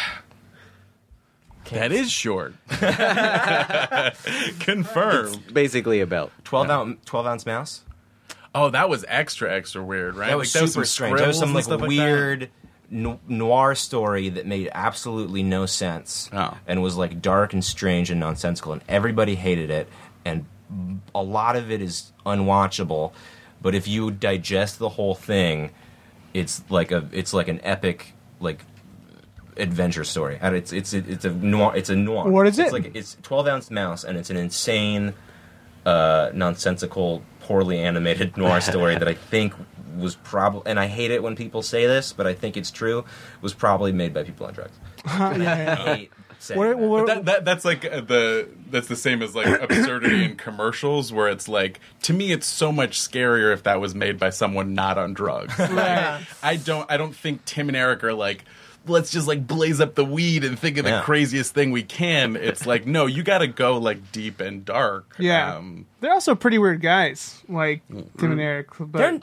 Speaker 1: can't.
Speaker 3: That is short. Confirmed.
Speaker 2: Basically a belt.
Speaker 1: twelve ounce twelve ounce mouse.
Speaker 3: Oh, that was extra extra weird, right?
Speaker 1: That was
Speaker 3: there
Speaker 1: super
Speaker 3: some
Speaker 1: strange. That was some
Speaker 3: scribbles
Speaker 1: like
Speaker 3: and stuff that?
Speaker 1: weird no- noir story that made absolutely no sense
Speaker 3: Oh.
Speaker 1: and was like dark and strange and nonsensical, and everybody hated it. And a lot of it is unwatchable, but if you digest the whole thing, it's like a it's like an epic like adventure story. And it's it's it's a noir. It's a noir.
Speaker 4: What is
Speaker 1: it's
Speaker 4: it?
Speaker 1: Like it's twelve ounce mouse, and it's an insane, uh, nonsensical, poorly animated noir story that I think was probably. And I hate it when people say this, but I think it's true. Was probably made by people on drugs.
Speaker 4: Huh, yeah, yeah.
Speaker 1: I hate saying
Speaker 4: What-
Speaker 1: that.
Speaker 4: what-
Speaker 3: That, that that's like uh, the that's the same as like absurdity in commercials where it's like to me it's so much scarier if that was made by someone not on drugs.
Speaker 4: Right.
Speaker 3: I don't I don't think Tim and Eric are like let's just like blaze up the weed and think of the
Speaker 1: Yeah.
Speaker 3: craziest thing we can. It's like no, you got to go like deep and dark.
Speaker 4: Yeah.
Speaker 3: Um,
Speaker 4: They're also pretty weird guys, like Tim and Eric. But
Speaker 1: Mm. They're-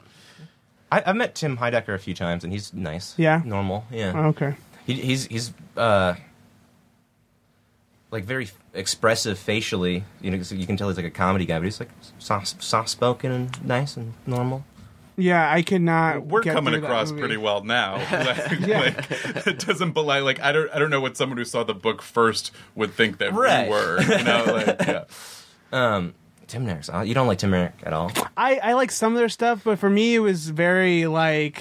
Speaker 1: I, I've met Tim Heidecker a few times, and he's nice.
Speaker 4: Yeah? Oh,
Speaker 1: normal. Yeah.
Speaker 4: okay.
Speaker 1: He, he's he's uh, like very expressive facially. You know, so you can tell he's like a comedy guy, but he's like soft soft spoken and nice and normal.
Speaker 4: Yeah, I could not.
Speaker 3: we're
Speaker 4: get
Speaker 3: coming
Speaker 4: through that
Speaker 3: across
Speaker 4: movie.
Speaker 3: pretty well now. Like,
Speaker 4: Yeah.
Speaker 3: like, it doesn't belie. Like I don't I don't know what someone who saw the book first would think that
Speaker 1: Right.
Speaker 3: we were. You know, like, yeah.
Speaker 1: Tim Merrick's you don't like Tim Merrick at all.
Speaker 4: I I like some of their stuff, but for me, it was very like.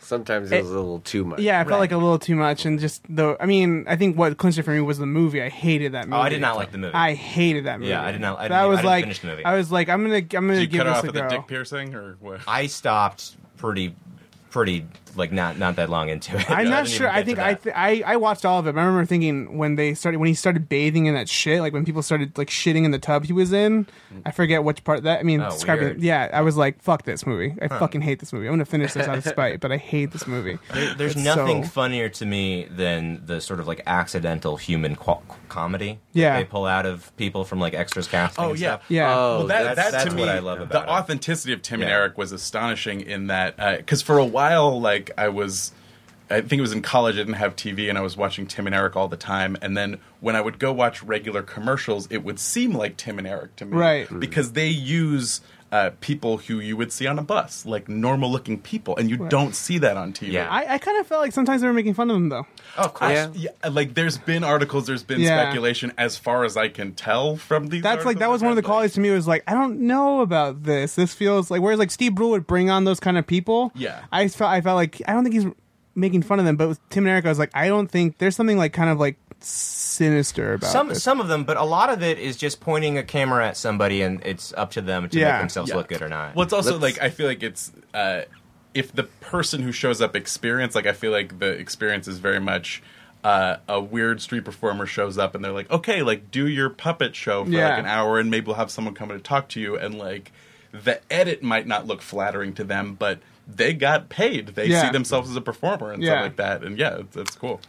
Speaker 2: Sometimes
Speaker 1: Eh,
Speaker 2: it was a little too much.
Speaker 4: Yeah, I felt
Speaker 1: Right.
Speaker 4: like a little too much, and just the. I mean, I think what clinched it for me was the movie. I hated that movie.
Speaker 1: Oh, I did not like the movie.
Speaker 4: I hated that movie.
Speaker 1: Yeah, I did not- I didn't
Speaker 4: that
Speaker 1: even-
Speaker 4: was
Speaker 1: I didn't
Speaker 4: like
Speaker 1: finish the movie.
Speaker 4: I was like, I'm gonna, I'm gonna
Speaker 3: Did you
Speaker 4: give
Speaker 3: cut
Speaker 4: this
Speaker 3: off
Speaker 4: a
Speaker 3: at the
Speaker 4: go.
Speaker 3: dick piercing or what?
Speaker 1: I stopped pretty, pretty like not not that long into it.
Speaker 4: I'm
Speaker 1: I
Speaker 4: not
Speaker 1: didn't
Speaker 4: sure.
Speaker 1: even
Speaker 4: I
Speaker 1: get
Speaker 4: think
Speaker 1: to
Speaker 4: I,
Speaker 1: that.
Speaker 4: th- I I watched all of it. but I remember thinking when they started when he started bathing in that shit, like when people started like shitting in the tub he was in. I forget which part that. I mean,
Speaker 1: Mm-hmm. Oh,
Speaker 4: describing.
Speaker 1: weird.
Speaker 4: Yeah, I was like, fuck this movie. I fucking hate this movie. I'm gonna finish this out of spite, but I hate this movie.
Speaker 1: There- there's
Speaker 4: It's
Speaker 1: nothing
Speaker 4: so-
Speaker 1: funnier to me than the sort of like accidental human qu- comedy. that
Speaker 4: Yeah.
Speaker 1: they pull out of people from like extras casting.
Speaker 3: Oh
Speaker 1: and
Speaker 3: yeah,
Speaker 1: stuff.
Speaker 4: Yeah.
Speaker 2: Oh,
Speaker 3: Well, that,
Speaker 1: that's-
Speaker 3: that to
Speaker 1: that's
Speaker 3: me,
Speaker 1: what I love
Speaker 3: the
Speaker 1: about it.
Speaker 3: authenticity of Tim and
Speaker 1: Yeah.
Speaker 3: Eric was astonishing in that because for a while, like I was, I think it was in college. I didn't have TV, and I was watching Tim and Eric all the time. And then when I would go watch regular commercials, it would seem like Tim and Eric to me,
Speaker 4: Right.
Speaker 1: Hmm.
Speaker 4: Mhm.
Speaker 3: Because they use. Uh, people who you would see on a bus, like normal looking people, and you don't see that on TV.
Speaker 1: Yeah.
Speaker 4: I, I kind of felt like sometimes they were making fun of him though.
Speaker 1: Oh, of course.
Speaker 2: Yeah.
Speaker 3: Yeah, like there's been articles, there's been
Speaker 4: Yeah.
Speaker 3: speculation, as far as I can tell from these.
Speaker 4: That's like that
Speaker 3: articles
Speaker 4: was
Speaker 3: I've
Speaker 4: one of the
Speaker 3: read, like-
Speaker 4: qualities to me was like I don't know about this. This feels like whereas like Steve Brule would bring on those kind of people.
Speaker 3: Yeah.
Speaker 4: I felt I felt like I don't think he's making fun of them, but with Tim and Eric, I was like I don't think there's something like kind of like sinister about
Speaker 1: Some
Speaker 4: this.
Speaker 1: some of them, but a lot of it is just pointing a camera at somebody, and it's up to them to
Speaker 4: Yeah.
Speaker 1: make themselves
Speaker 3: Yeah.
Speaker 1: look good or not.
Speaker 3: Well, it's also
Speaker 2: Let's-
Speaker 3: like I feel like it's uh, if the person who shows up experience, like I feel like the experience is very much uh, a weird street performer shows up and they're like, okay, like do your puppet show for
Speaker 4: Yeah.
Speaker 3: like an hour, and maybe we'll have someone come in to talk to you, and like the edit might not look flattering to them, but they got paid. They
Speaker 4: Yeah.
Speaker 3: see themselves as a performer and
Speaker 4: Yeah.
Speaker 3: stuff like that, and yeah, it's, it's cool.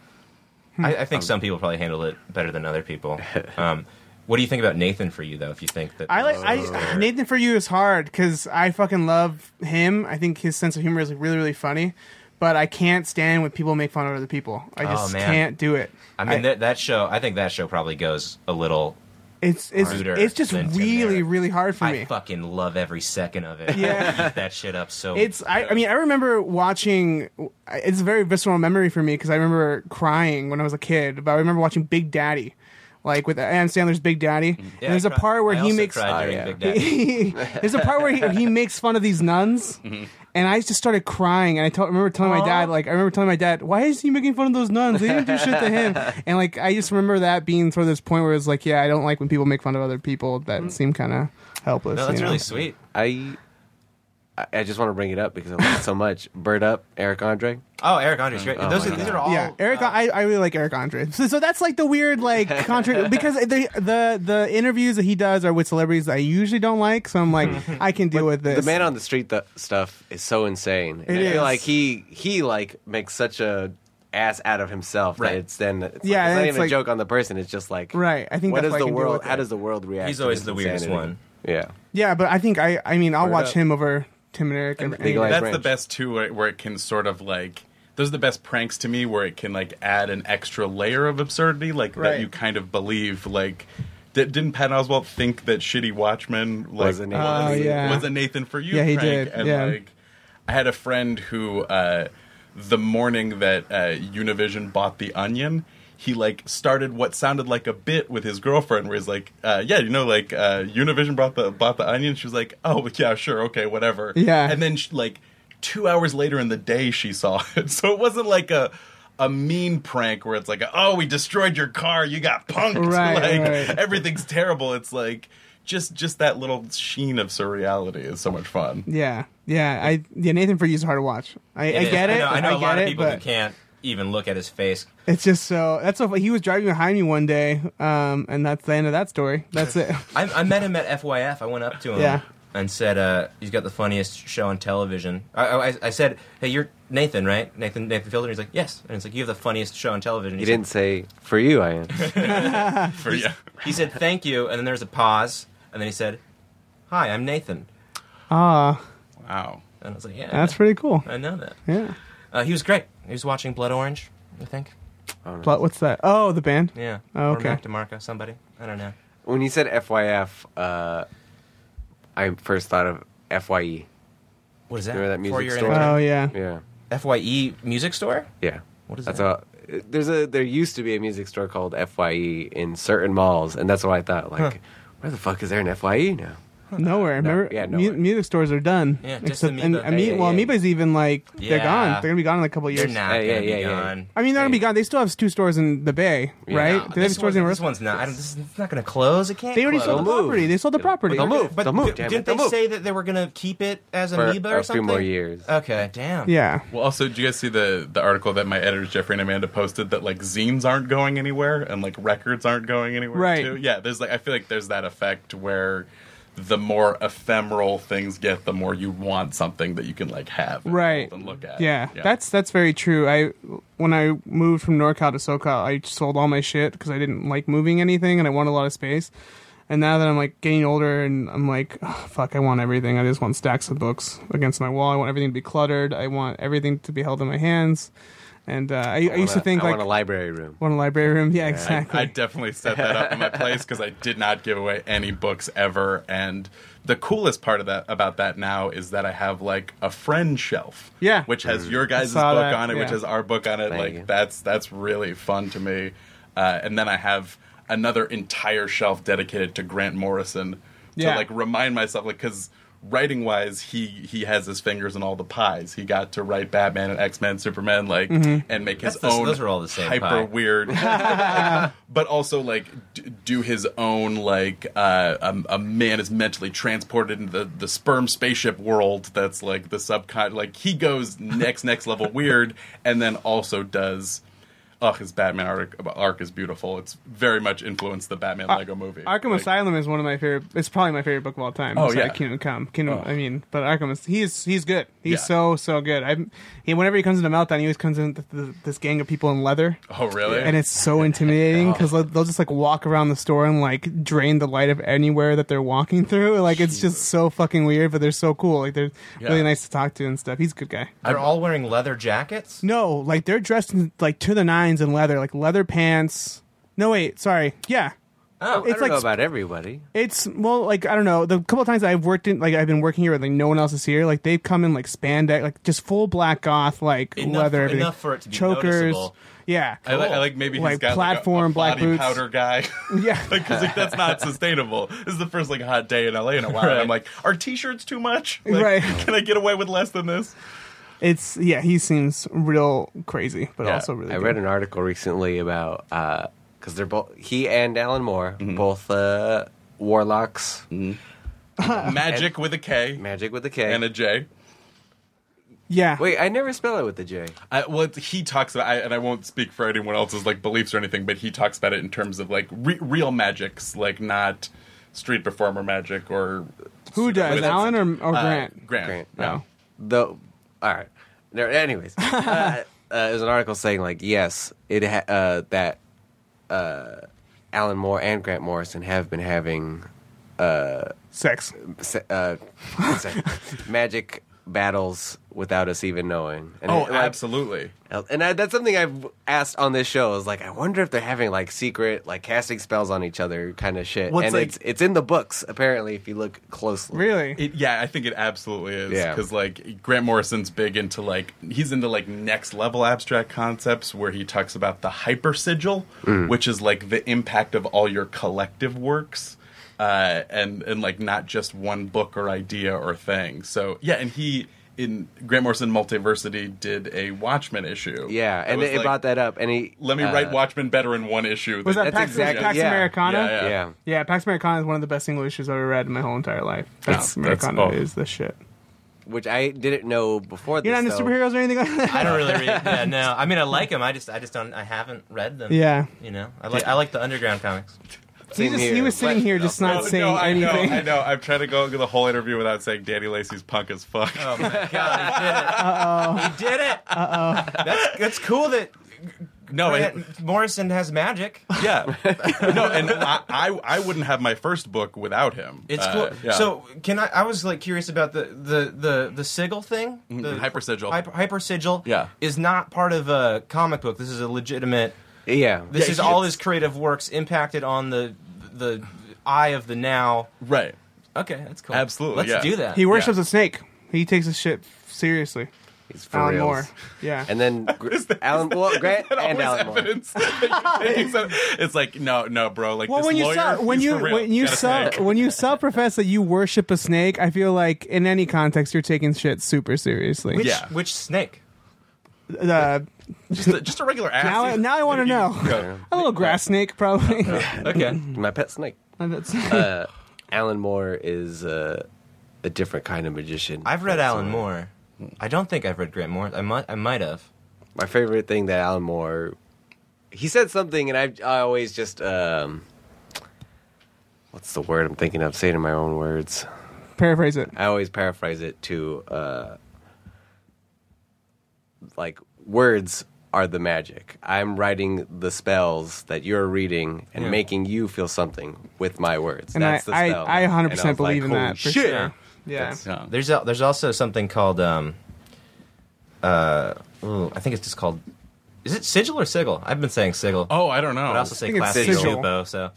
Speaker 1: I, I
Speaker 4: Um,
Speaker 1: think some people probably handle it better than other people. Um, what do you think about Nathan for you though? If you think that
Speaker 4: I like
Speaker 1: Oh.
Speaker 4: I Nathan for you is hard because I fucking love him. I think his sense of humor is like really really funny, but I can't stand when people make fun of other people. I
Speaker 1: Oh,
Speaker 4: just
Speaker 1: man.
Speaker 4: can't do it.
Speaker 1: I mean that that show. I think that show probably goes a little.
Speaker 4: it's it's
Speaker 1: Ruder
Speaker 4: it's just
Speaker 1: than Tim and
Speaker 4: really
Speaker 1: Eric.
Speaker 4: really hard for me.
Speaker 1: I fucking love every second of it.
Speaker 4: Yeah.
Speaker 1: I eat that shit up so.
Speaker 4: It's I, I mean I remember watching it's a very visceral memory for me because I remember crying when I was a kid but I remember watching Big Daddy like with Adam Sandler's Big Daddy
Speaker 1: Mm-hmm. Yeah,
Speaker 4: and there's
Speaker 1: I
Speaker 4: a
Speaker 1: cried-
Speaker 4: part where
Speaker 1: I
Speaker 4: he
Speaker 1: also
Speaker 4: makes
Speaker 1: cried
Speaker 2: Oh,
Speaker 1: during
Speaker 2: yeah.
Speaker 1: Big Daddy. Mm-hmm.
Speaker 4: there's a part where he, he makes fun of these nuns and I just started crying and I tell- remember telling my
Speaker 1: Aw.
Speaker 4: dad like I remember telling my dad why is he making fun of those nuns they didn't do shit to him and like I just remember that being sort of this point where it's like yeah I don't like when people make fun of other people that seem kind of helpless
Speaker 1: Mm-hmm. No,
Speaker 4: you
Speaker 1: that's
Speaker 4: know?
Speaker 1: really sweet.
Speaker 2: I I- I just want to bring it up because I love it so much. Bird up, Eric Andre.
Speaker 1: Oh, Eric Andre's great.
Speaker 2: Oh
Speaker 1: Those
Speaker 2: my
Speaker 1: are, these
Speaker 2: God.
Speaker 1: are all.
Speaker 4: yeah, Eric. I, I really like Eric Andre. So, so that's like the weird like contra because the the the interviews that he does are with celebrities that I usually don't like. So I'm like, I can deal with this.
Speaker 2: The man on the street th- stuff is so insane. And
Speaker 4: It
Speaker 2: I feel
Speaker 4: is.
Speaker 2: like he he like makes such a ass out of himself
Speaker 1: Right.
Speaker 2: that it's then it's like,
Speaker 4: Yeah,
Speaker 2: it's
Speaker 4: and
Speaker 2: not
Speaker 4: it's
Speaker 2: even
Speaker 4: like-
Speaker 2: a joke on the person. It's just like
Speaker 4: Right, I think
Speaker 2: what does
Speaker 4: that's why I
Speaker 2: the
Speaker 4: can deal
Speaker 2: world?
Speaker 4: with
Speaker 2: How
Speaker 4: it.
Speaker 2: does the world react?
Speaker 1: He's
Speaker 2: to
Speaker 1: always
Speaker 2: this
Speaker 1: the weirdest
Speaker 2: insanity?
Speaker 1: one.
Speaker 2: Yeah.
Speaker 4: yeah, but I think I I mean I'll
Speaker 2: Word
Speaker 4: watch
Speaker 2: up.
Speaker 4: him over Tim and Eric and,
Speaker 2: Legalize
Speaker 3: That's
Speaker 2: Branch.
Speaker 3: the best too, where, where it can sort of like. those are the best pranks to me where it can like add an extra layer of absurdity, like
Speaker 4: Right.
Speaker 3: that you kind of believe. Like, di- didn't Pat Oswalt think that shitty Watchmen like,
Speaker 2: Was a Nathan
Speaker 4: Oh,
Speaker 3: was,
Speaker 4: yeah.
Speaker 3: was a Nathan for you?
Speaker 4: Yeah, he
Speaker 3: prank?
Speaker 4: did,
Speaker 3: And
Speaker 4: yeah.
Speaker 3: like, I had a friend who, uh, the morning that uh, Univision bought The Onion, he like started what sounded like a bit with his girlfriend, where he's like, uh, "Yeah, you know, like uh, Univision bought the bought The Onion." She was like, "Oh, yeah, sure, okay, whatever."
Speaker 4: Yeah.
Speaker 3: and then she, like two hours later in the day, she saw it, so it wasn't like a. A mean prank where it's like, oh, we destroyed your car, you got punked,
Speaker 4: Right,
Speaker 3: like
Speaker 4: right.
Speaker 3: everything's terrible. It's like just just that little sheen of surreality is so much fun.
Speaker 4: Yeah, yeah. I yeah. Nathan for you is hard to watch. I, I
Speaker 1: is.
Speaker 4: get it.
Speaker 1: I know, I know a
Speaker 4: get
Speaker 1: lot
Speaker 4: it,
Speaker 1: of people
Speaker 4: but
Speaker 1: who can't even look at his face.
Speaker 4: It's just so that's so. He was driving behind me one day, um, and that's the end of that story. That's it.
Speaker 1: I, I met him at FYF. I went up to him
Speaker 4: Yeah.
Speaker 1: and said, uh, "He's got the funniest show on television." I, I, I said, "Hey, you're Nathan, right? Nathan Nathan Fielder." He's like, "Yes." And it's like, "You have the funniest show on television."
Speaker 2: He
Speaker 1: He
Speaker 2: didn't say for you, I am.
Speaker 3: For yeah.
Speaker 1: Said, he said, "Thank you," and then there's a pause, and then he said, "Hi, I'm Nathan,"
Speaker 4: Ah,
Speaker 3: Wow.
Speaker 1: and I was like, "Yeah,
Speaker 4: that's pretty cool.
Speaker 1: I know that."
Speaker 4: Yeah.
Speaker 1: Uh, he was great. He was watching Blood Orange, I think.
Speaker 4: But what's that? Oh, the band.
Speaker 1: Yeah.
Speaker 4: Oh, okay.
Speaker 1: Or Mac DeMarco, somebody. I don't know.
Speaker 2: When you said FYF, uh, I first thought of FYE.
Speaker 1: What is that?
Speaker 2: Remember that music
Speaker 1: Four-year
Speaker 2: store?
Speaker 1: anniversary?
Speaker 4: Oh yeah.
Speaker 2: Yeah,
Speaker 1: Fye E Music Store.
Speaker 2: yeah.
Speaker 1: What is
Speaker 2: that's
Speaker 1: that?
Speaker 2: all. There's a there used to be a music store called Fye in certain malls, and that's what I thought. Like, where the fuck is there an Fye now?
Speaker 4: Nowhere.
Speaker 2: No,
Speaker 4: Remember?
Speaker 2: yeah,
Speaker 4: mu-
Speaker 2: nowhere.
Speaker 4: music stores are done.
Speaker 1: Yeah, just
Speaker 4: Except- and
Speaker 1: Amoeba.
Speaker 4: Ame-
Speaker 2: Yeah, yeah,
Speaker 4: well,
Speaker 2: yeah.
Speaker 4: Amoeba's even like they're
Speaker 1: Yeah.
Speaker 4: gone. They're gonna be gone in a couple of
Speaker 1: They're
Speaker 4: years.
Speaker 1: not
Speaker 2: Yeah,
Speaker 1: gonna
Speaker 2: yeah,
Speaker 1: be
Speaker 2: yeah, yeah.
Speaker 1: gone.
Speaker 4: I mean, they're gonna be gone. They still have two stores in the Bay, right?
Speaker 1: No,
Speaker 4: they have
Speaker 1: this,
Speaker 4: stores
Speaker 1: one's,
Speaker 4: in.
Speaker 1: this one's not. I don't, this is not going to close. It can't.
Speaker 4: They already
Speaker 1: close.
Speaker 4: sold the
Speaker 2: They'll move.
Speaker 4: property. They sold the property.
Speaker 2: They'll move.
Speaker 1: But
Speaker 2: They'll move.
Speaker 1: di-
Speaker 2: Damn
Speaker 1: didn't
Speaker 2: it. They'll
Speaker 1: they
Speaker 2: move.
Speaker 1: say that they were going to keep it as
Speaker 2: For
Speaker 1: amoeba
Speaker 2: a
Speaker 1: or
Speaker 2: few
Speaker 1: something?
Speaker 2: more years.
Speaker 1: Okay, damn.
Speaker 4: Yeah.
Speaker 3: Well, also, did you guys see the the article that my editors Jeffrey and Amanda posted that like zines aren't going anywhere and like records aren't going anywhere
Speaker 4: Right.
Speaker 3: too? Yeah, there's like I feel like there's that effect where the more ephemeral things get, the more you want something that you can like have and
Speaker 4: Right.
Speaker 3: hold and look at.
Speaker 4: Yeah, that's that's very true. I when I moved from NorCal to SoCal, I sold all my shit because I didn't like moving anything and I wanted a lot of space. And now that I'm like getting older and I'm like, "Ugh, fuck, I want everything. I just want stacks of books against my wall. I want everything to be cluttered. I want everything to be held in my hands. And uh, I, I, used to
Speaker 2: Wanna-
Speaker 4: think
Speaker 2: I
Speaker 4: like
Speaker 2: want a library room.
Speaker 4: want a library room. Yeah, exactly.
Speaker 3: I definitely set that up in my place because I did not give away any books ever. And the coolest part of that about that now is that I have like a friend shelf,
Speaker 4: Yeah.
Speaker 3: which has
Speaker 1: Mm.
Speaker 3: your guys' book
Speaker 4: Saw that,
Speaker 3: on it, which
Speaker 4: yeah.
Speaker 3: has our book on it.
Speaker 2: Thank
Speaker 3: like
Speaker 2: you.
Speaker 3: that's that's really fun to me. Uh, and then I have another entire shelf dedicated to Grant Morrison
Speaker 4: Yeah.
Speaker 3: to like remind myself, like because. Writing wise, he he has his fingers in all the pies. He got to write Batman and X Men, Superman, like,
Speaker 4: Mm-hmm.
Speaker 3: and make his
Speaker 1: That's the-
Speaker 3: own
Speaker 1: those are all the same
Speaker 3: hyper
Speaker 1: pie.
Speaker 3: weird but also like d- do his own like uh, a, a man is mentally transported into the, the sperm spaceship world that's like the subcon like he goes next next level weird and then also does oh his batman arc, arc is beautiful it's very much influenced the batman lego movie
Speaker 4: Arkham
Speaker 3: Like,
Speaker 4: Asylum is one of my favorite. It's probably my favorite book of all time.
Speaker 3: Oh,
Speaker 4: It's
Speaker 3: yeah. Oh.
Speaker 4: like Kingdom Come. Kingdom. I mean, but Arkham is he's he's good. He's
Speaker 3: Yeah.
Speaker 4: so so good. I he whenever he comes into meltdown, he always comes in with th- this gang of people in leather,
Speaker 3: oh really Oh.
Speaker 4: and it's so intimidating because they'll just like walk around the store and like drain the light of anywhere that they're walking through. Like it's just so fucking weird, but they're so cool. Like they're really
Speaker 3: Yeah.
Speaker 4: nice to talk to and stuff. He's a good guy.
Speaker 1: They're all wearing leather jackets.
Speaker 4: No, like they're dressed in, like to the nines in leather, like leather pants. No, wait, sorry. Yeah,
Speaker 2: Oh, I
Speaker 4: it's
Speaker 2: don't
Speaker 4: like
Speaker 2: know
Speaker 4: sp-
Speaker 2: about everybody.
Speaker 4: It's well, like I don't know. The couple of times I've worked in, like I've been working here, with like no one else is here. Like they've come in like spandex, like just full black goth, like
Speaker 1: Enough-
Speaker 4: leather, everything.
Speaker 1: enough for it to be
Speaker 4: chokers.
Speaker 1: noticeable.
Speaker 4: Yeah,
Speaker 3: I, like, I like maybe he's
Speaker 4: Like
Speaker 3: got like a- a,
Speaker 4: platform, black
Speaker 3: body
Speaker 4: boots.
Speaker 3: powder guy
Speaker 4: yeah.
Speaker 3: because like that's not sustainable. This is the first like hot day in LA in a while. and I'm like, are t-shirts too much? Like,
Speaker 4: Right.
Speaker 3: Can I get away with less than this?
Speaker 4: it's yeah. He seems real crazy, but
Speaker 3: Yeah,
Speaker 4: also really.
Speaker 2: I
Speaker 4: good.
Speaker 2: read an article recently about because they're both he and Alan Moore
Speaker 1: Mm-hmm.
Speaker 2: both uh, warlocks,
Speaker 3: Magic with a K
Speaker 2: magic with a K.
Speaker 3: and a J.
Speaker 4: Yeah,
Speaker 2: Wait, I never spell it with the J.
Speaker 3: I, well, it's- he talks about, I, and I won't speak for anyone else's like beliefs or anything, but he talks about it in terms of like re- real magics, like not street performer magic or
Speaker 4: who
Speaker 3: what
Speaker 4: does
Speaker 3: is it?
Speaker 4: Alan or, or
Speaker 3: Uh,
Speaker 4: Grant?
Speaker 3: Grant.
Speaker 2: Grant.
Speaker 3: Yeah.
Speaker 4: No.
Speaker 2: The all right. There, anyways, uh, uh, there's an article saying like yes, it ha- uh, that uh, Alan Moore and Grant Morrison have been having
Speaker 4: Sex.
Speaker 2: se- uh, se- magic battles without us even knowing. And
Speaker 3: Oh,
Speaker 2: it, like,
Speaker 3: absolutely.
Speaker 2: And I, that's something I've asked on this show is like, I wonder if they're having like secret, like casting spells on each other kind of shit.
Speaker 3: Well, it's
Speaker 2: and
Speaker 3: like-
Speaker 2: it's it's in the books apparently if you look closely.
Speaker 4: Really?
Speaker 3: It, yeah, I think it absolutely is.
Speaker 2: Yeah.
Speaker 3: Because, like, Grant Morrison's big into, like, he's into, like, next level abstract concepts where he talks about the hyper sigil,
Speaker 4: Mm.
Speaker 3: which is, like, the impact of all your collective works. Uh, and and like not just one book or idea or thing. So yeah, and he in Grant Morrison Multiversity did a Watchmen issue.
Speaker 2: Yeah,
Speaker 3: That
Speaker 2: and
Speaker 3: was
Speaker 2: it, it
Speaker 3: like,
Speaker 2: brought that up. And he
Speaker 3: Let me
Speaker 2: uh,
Speaker 3: write Watchmen better in one issue.
Speaker 4: Was
Speaker 3: than-
Speaker 4: that
Speaker 2: That's
Speaker 4: Pax,
Speaker 2: exactly-
Speaker 4: Pax
Speaker 2: yeah.
Speaker 4: Americana?
Speaker 3: Yeah,
Speaker 2: Yeah,
Speaker 4: Yeah, Pax Americana is one of the best single issues I've ever read in my whole entire life.
Speaker 3: That's-
Speaker 4: Pax
Speaker 3: that's
Speaker 4: Americana
Speaker 3: awful.
Speaker 4: is the shit.
Speaker 2: which I didn't know before.
Speaker 4: You're not into
Speaker 2: this, though.
Speaker 4: superheroes or anything like that?
Speaker 1: I don't really read. Yeah, no. I mean, I like them. I just, I just don't. I haven't read them.
Speaker 4: Yeah.
Speaker 1: You know, I like, I like the underground comics.
Speaker 4: He,
Speaker 2: Same
Speaker 4: just,
Speaker 2: here.
Speaker 4: he was sitting
Speaker 2: But-
Speaker 4: here just not saying
Speaker 3: I know,
Speaker 4: anything.
Speaker 3: I know. I'm trying to go the whole interview without saying Danny Lacey's punk as fuck.
Speaker 1: Oh my god, he did it! He did it! Uh oh. That's that's cool that
Speaker 2: Oh,
Speaker 3: no,
Speaker 1: Grant Morrison has magic.
Speaker 3: yeah, no, and I, I, I wouldn't have my first book without him.
Speaker 1: It's
Speaker 3: Uh,
Speaker 1: cool.
Speaker 3: yeah.
Speaker 1: So can I? I was like curious about the the the the sigil thing. The
Speaker 3: hyper sigil.
Speaker 1: Hyper, hyper sigil.
Speaker 3: Mm-hmm. Yeah.
Speaker 1: Is not part of a comic book. This is a legitimate.
Speaker 2: Yeah,
Speaker 1: This
Speaker 3: Yeah,
Speaker 1: is all
Speaker 3: it's-
Speaker 1: his creative works impacted on the the eye of the now.
Speaker 3: right,
Speaker 1: Okay, that's cool.
Speaker 3: Absolutely,
Speaker 1: Let's
Speaker 3: yeah.
Speaker 1: do that.
Speaker 4: He worships
Speaker 3: Yeah.
Speaker 4: a snake. He takes his shit seriously.
Speaker 2: he's for
Speaker 4: Alan
Speaker 2: reals.
Speaker 4: Moore. Yeah.
Speaker 2: And then Gr- Alan, well, Grant and
Speaker 3: always
Speaker 2: Alan Moore.
Speaker 3: evidence. that you're taking some- it's like no, no, bro. Like
Speaker 4: well,
Speaker 3: this
Speaker 4: when you
Speaker 3: lawyer,
Speaker 4: sub, when
Speaker 3: he's
Speaker 4: you
Speaker 3: for real.
Speaker 4: when you
Speaker 3: Gotta
Speaker 4: sub,
Speaker 3: say.
Speaker 4: when you sub profess that you worship a snake, I feel like in any context you're taking shit super seriously.
Speaker 1: Which,
Speaker 3: Yeah.
Speaker 1: Which snake?
Speaker 4: Uh,
Speaker 3: just a, just a regular ass.
Speaker 4: Now I- now I wanna
Speaker 3: You-
Speaker 4: know.
Speaker 3: go.
Speaker 4: a little grass snake, probably.
Speaker 1: Okay.
Speaker 2: My pet snake.
Speaker 4: That's-
Speaker 2: Uh, Alan Moore is uh, a different kind of magician.
Speaker 1: I've read
Speaker 2: That's
Speaker 1: Alan
Speaker 2: all.
Speaker 1: Moore. I don't think I've read Grant Morrison. I might. I might have.
Speaker 2: my favorite thing that Alan Moore he said something, and I I always just um, what's the word I'm thinking of? Saying in my own words,
Speaker 4: Paraphrase it.
Speaker 2: I always paraphrase it to uh, like words are the magic. I'm writing the spells that you're reading and
Speaker 1: Yeah.
Speaker 2: making you feel something with my words.
Speaker 4: And
Speaker 2: That's
Speaker 4: I-
Speaker 2: the
Speaker 4: I-
Speaker 2: spell.
Speaker 4: I
Speaker 2: And
Speaker 4: 100%
Speaker 2: was
Speaker 4: believe in
Speaker 2: "Holy
Speaker 4: that, for
Speaker 2: shit."
Speaker 4: sure. Yeah.
Speaker 3: Yeah.
Speaker 1: There's a, there's also something called um, uh, ooh, I think it's just called. Is it sigil or sigil? I've been saying sigil.
Speaker 3: Oh, I don't know.
Speaker 1: I also say
Speaker 4: think it's
Speaker 1: classic
Speaker 4: sigil.
Speaker 1: Chupo, so.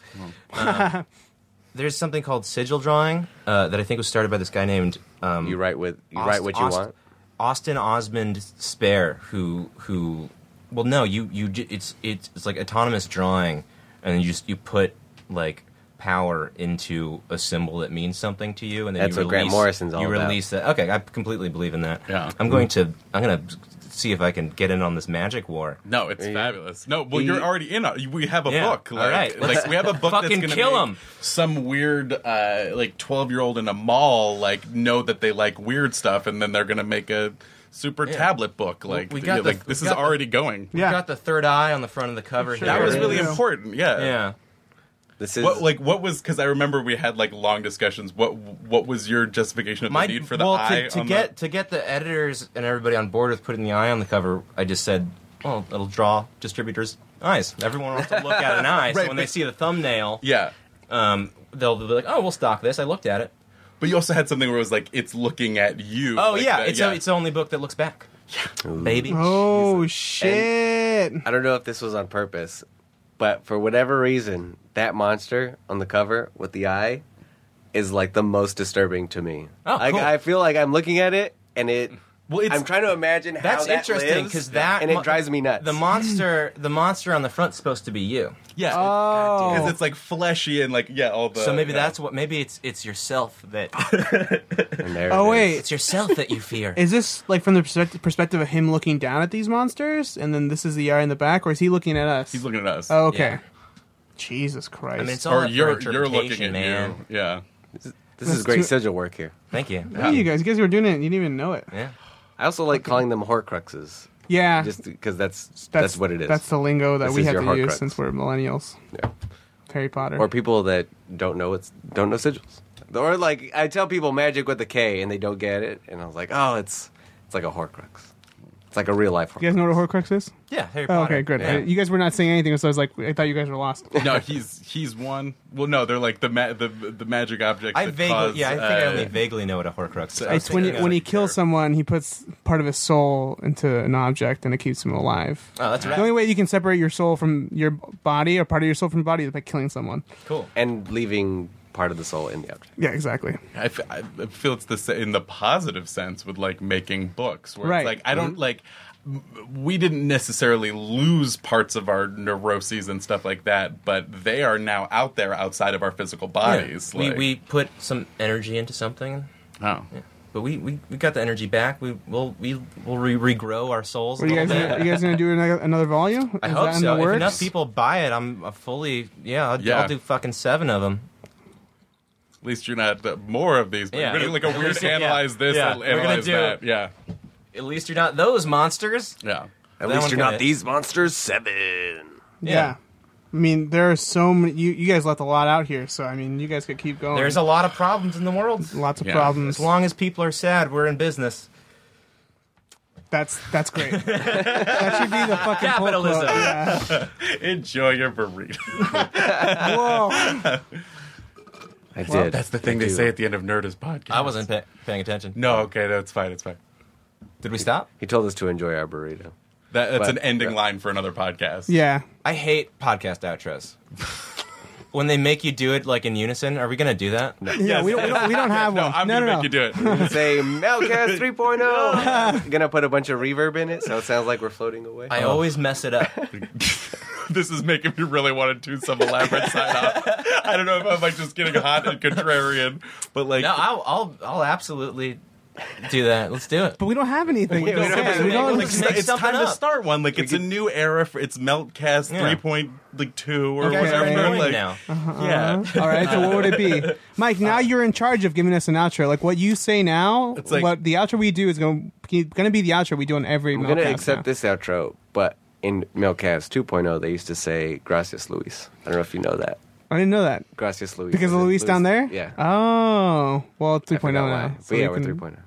Speaker 1: um, there's something called sigil drawing uh, that I think was started by this guy named um,
Speaker 2: You write with you
Speaker 1: Aust-
Speaker 2: write what you
Speaker 1: Aust-
Speaker 2: want.
Speaker 1: Austin Osmond Spare, who who, well, no, you you j- it's it's it's like autonomous drawing, and you just you put like power into a symbol that means something to you, and then
Speaker 2: That's
Speaker 1: you
Speaker 2: what
Speaker 1: release,
Speaker 2: Grant Morrison's all
Speaker 1: you
Speaker 2: about.
Speaker 1: release that. Okay, I completely believe in that.
Speaker 3: Yeah.
Speaker 1: I'm going to I'm gonna see if I can get in on this magic war.
Speaker 3: No, it's fabulous. No, well,
Speaker 2: He-
Speaker 3: you're already in. A, we have a
Speaker 1: Yeah,
Speaker 3: book.
Speaker 1: all
Speaker 3: Like,
Speaker 1: right,
Speaker 3: like,
Speaker 1: let's
Speaker 3: we have a book that's
Speaker 1: fucking
Speaker 3: going to
Speaker 1: kill 'em.
Speaker 3: make some weird, uh, like twelve year old in a mall, like know that they like weird stuff, and then they're going to make a super
Speaker 1: Yeah.
Speaker 3: tablet book. Like,
Speaker 1: we got
Speaker 3: yeah,
Speaker 1: the-
Speaker 3: like this
Speaker 1: we
Speaker 3: is
Speaker 1: got the-
Speaker 3: already going.
Speaker 4: Yeah.
Speaker 1: Got the third eye on the front of the cover.
Speaker 4: Sure.
Speaker 1: here.
Speaker 3: That was really
Speaker 4: Yeah.
Speaker 3: important. Yeah.
Speaker 1: yeah.
Speaker 2: This is
Speaker 3: What like what was because I remember we had like long discussions. What what was your justification of
Speaker 1: My,
Speaker 3: the need for the
Speaker 1: well,
Speaker 3: eye
Speaker 1: to, to
Speaker 3: on
Speaker 1: get to get the editors and everybody on board with putting the eye on the cover, I just said, "Well, it'll draw distributors' eyes. Everyone wants to look at an eye, so
Speaker 3: Right,
Speaker 1: when they
Speaker 3: but-
Speaker 1: see the thumbnail,
Speaker 3: the yeah?
Speaker 1: um, they'll be like, oh, we'll stock this. I looked at it.
Speaker 3: But you also had something where it was like it's looking at you.
Speaker 1: Oh
Speaker 3: like uh,
Speaker 1: yeah,
Speaker 3: that,
Speaker 1: it's a, it's the only book that looks back, baby.
Speaker 4: Oh shit!
Speaker 2: I don't know if this was on purpose, but for whatever reason, that monster on the cover with the eye is like the most disturbing to me.
Speaker 1: Oh,
Speaker 2: like
Speaker 1: cool.
Speaker 2: I feel like I'm looking at it and it.
Speaker 1: Well, it's-
Speaker 2: I'm trying to imagine how
Speaker 1: That's
Speaker 2: that
Speaker 1: interesting
Speaker 2: lives,
Speaker 1: because that
Speaker 2: and it
Speaker 1: mo-
Speaker 2: drives me nuts.
Speaker 1: The monster, the monster on the front's supposed to be you.
Speaker 3: yeah.
Speaker 4: Oh.
Speaker 3: because it's like fleshy and like yeah, all the.
Speaker 1: So maybe
Speaker 3: yeah.
Speaker 1: that's what. Maybe it's it's yourself that
Speaker 2: And there
Speaker 4: Oh,
Speaker 2: it
Speaker 4: wait.
Speaker 2: is.
Speaker 1: it's yourself that you fear.
Speaker 4: Is this like from the perspective, perspective of him looking down at these monsters, and then this is the eye in the back, or is he looking at us?
Speaker 3: he's looking at us.
Speaker 4: Oh, okay.
Speaker 1: Yeah.
Speaker 4: Jesus Christ!
Speaker 1: I mean, it's all
Speaker 3: or
Speaker 1: up Oh. for
Speaker 3: you're you're looking
Speaker 1: interpretation,
Speaker 3: at
Speaker 1: man.
Speaker 3: you. Yeah.
Speaker 2: This is
Speaker 4: Let's
Speaker 2: great
Speaker 4: do it.
Speaker 2: sigil work here.
Speaker 1: Thank you.
Speaker 4: Look at you guys, you guys were doing it, and you didn't even know it.
Speaker 1: Yeah.
Speaker 2: I also like calling them Horcruxes,
Speaker 4: Yeah,
Speaker 2: just because that's, that's what it is.
Speaker 4: Ah. That's the lingo that
Speaker 2: This
Speaker 4: we
Speaker 2: is
Speaker 4: have
Speaker 2: your
Speaker 4: to
Speaker 2: hard
Speaker 4: use
Speaker 2: crux.
Speaker 4: since we're millennials.
Speaker 2: Yeah.
Speaker 4: Harry Potter.
Speaker 2: or people that don't know it's don't know sigils, or like I tell people magic with a K and they don't get it, and I was like, oh, it's it's like a Horcrux. It's like a real life.
Speaker 4: You guys know what a Horcrux is?
Speaker 1: Yeah, Harry
Speaker 4: Oh,
Speaker 1: Potter.
Speaker 4: okay, good.
Speaker 1: Yeah.
Speaker 4: I- you guys were not saying anything, so I was like, I thought you guys were lost.
Speaker 3: no, he's he's one. Well, no, they're like the ma- the the magic objects.
Speaker 1: I
Speaker 3: that
Speaker 1: vaguely,
Speaker 3: cause,
Speaker 1: yeah, I think I
Speaker 3: uh,
Speaker 1: only vaguely know what a Horcrux is. I was
Speaker 4: It's when you,
Speaker 1: thinking
Speaker 4: when
Speaker 1: of-
Speaker 4: he kills someone, he puts part of his soul into an object and it keeps him alive.
Speaker 1: Oh, that's right.
Speaker 4: The only way you can separate your soul from your body or part of your soul from your body is by killing someone.
Speaker 1: cool.
Speaker 2: and leaving part of the soul in the object.
Speaker 4: Yeah, exactly.
Speaker 3: I, f- I feel it's the sa- in the positive sense with like making books, where
Speaker 4: Right.
Speaker 3: it's like I don't like m- we didn't necessarily lose parts of our neuroses and stuff like that, but they are now out there outside of our physical bodies.
Speaker 1: We,
Speaker 3: like-
Speaker 1: we put some energy into something,
Speaker 3: oh.
Speaker 1: but we, we, we got the energy back. We will we will re- regrow our souls.
Speaker 4: What are you
Speaker 1: a
Speaker 4: guys?
Speaker 1: little bit.
Speaker 4: Gonna, you guys gonna do another, another volume? Is
Speaker 1: I
Speaker 4: that
Speaker 1: hope
Speaker 4: in
Speaker 1: so.
Speaker 4: The
Speaker 1: If
Speaker 4: works?
Speaker 1: enough people buy it, I'm uh, fully yeah. I'll,
Speaker 3: Yeah.
Speaker 1: I'll do fucking seven of them.
Speaker 3: At least you're not uh, more of these. But
Speaker 1: Yeah.
Speaker 3: you're gonna do, like a
Speaker 1: At
Speaker 3: weird
Speaker 1: least you- yeah.
Speaker 3: analyze this,
Speaker 1: Yeah.
Speaker 3: and
Speaker 1: We're gonna
Speaker 3: analyze
Speaker 1: do-
Speaker 3: that. Yeah,
Speaker 1: At least you're not those monsters.
Speaker 3: yeah.
Speaker 2: At
Speaker 1: That
Speaker 2: least
Speaker 1: one
Speaker 2: you're not
Speaker 1: kinda-
Speaker 2: these monsters. Seven.
Speaker 4: Yeah.
Speaker 1: Yeah.
Speaker 4: I mean, there are so many. You, you guys left a lot out here, so I mean, you guys could keep going.
Speaker 1: There's a lot of problems in the world.
Speaker 4: lots of
Speaker 3: Yeah.
Speaker 4: problems.
Speaker 1: As long as people are sad, we're in business.
Speaker 4: That's that's great. that should be the fucking pull
Speaker 1: Capitalism.
Speaker 4: quote. Yeah.
Speaker 3: Enjoy your burrito.
Speaker 4: Whoa.
Speaker 2: I
Speaker 4: Well,
Speaker 2: did.
Speaker 3: That's the thing they say at the end of Nerdist podcast.
Speaker 1: I wasn't pa- paying attention.
Speaker 3: No, okay, that's fine. It's fine.
Speaker 1: Did we stop?
Speaker 2: He told us to enjoy our burrito.
Speaker 3: That, that's
Speaker 2: But-
Speaker 3: an ending line for another podcast.
Speaker 4: Yeah.
Speaker 1: I hate podcast outros. when they make you do it like in unison, are we going to do that?
Speaker 4: Yeah. We don't, we don't, we don't have
Speaker 3: No,
Speaker 4: one.
Speaker 3: I'm
Speaker 4: no,
Speaker 3: gonna
Speaker 4: no,
Speaker 3: make
Speaker 4: no.
Speaker 3: you do it.
Speaker 2: Say Melcast 3.0. oh. Gonna put a bunch of reverb in it, so it sounds like we're floating away.
Speaker 1: I always mess it up.
Speaker 3: this is making me really want to do some elaborate sign off. I don't know if I'm like just getting hot and contrarian, but like
Speaker 1: No, I'll, I'll, I'll absolutely do that. Let's do it.
Speaker 4: But we don't have anything.
Speaker 2: we don't
Speaker 4: Yeah,
Speaker 2: have
Speaker 1: anything.
Speaker 4: we don't-
Speaker 1: Like,
Speaker 3: it's,
Speaker 1: make
Speaker 3: it's
Speaker 1: something
Speaker 3: time
Speaker 1: up.
Speaker 3: to start one. Like it's a new era. For, it's Meltcast
Speaker 1: Yeah.
Speaker 3: three point like two or
Speaker 1: You guys are
Speaker 4: Okay.
Speaker 3: whatever.
Speaker 1: annoying
Speaker 3: Like
Speaker 1: now.
Speaker 3: yeah, Uh,
Speaker 4: All right, so what would it be? Mike, now you're in charge of giving us an outro. Like what you say now,
Speaker 3: It's like-
Speaker 4: what the outro we do is going to be the outro we do on every
Speaker 2: I'm gonna
Speaker 4: Meltcast
Speaker 2: accept
Speaker 4: now.
Speaker 2: this outro, but in Melcast 2.0, oh, they used to say "Gracias, Luis." I don't know if you know that.
Speaker 4: I didn't know that.
Speaker 2: Gracias, Luis.
Speaker 4: Because of Luis down there? Uh,
Speaker 2: Yeah.
Speaker 4: Oh. Well,
Speaker 2: I forgot
Speaker 4: 3.0
Speaker 2: why.
Speaker 4: now.
Speaker 2: But yeah,
Speaker 4: we
Speaker 2: we're oh.
Speaker 4: can
Speaker 2: 3.0.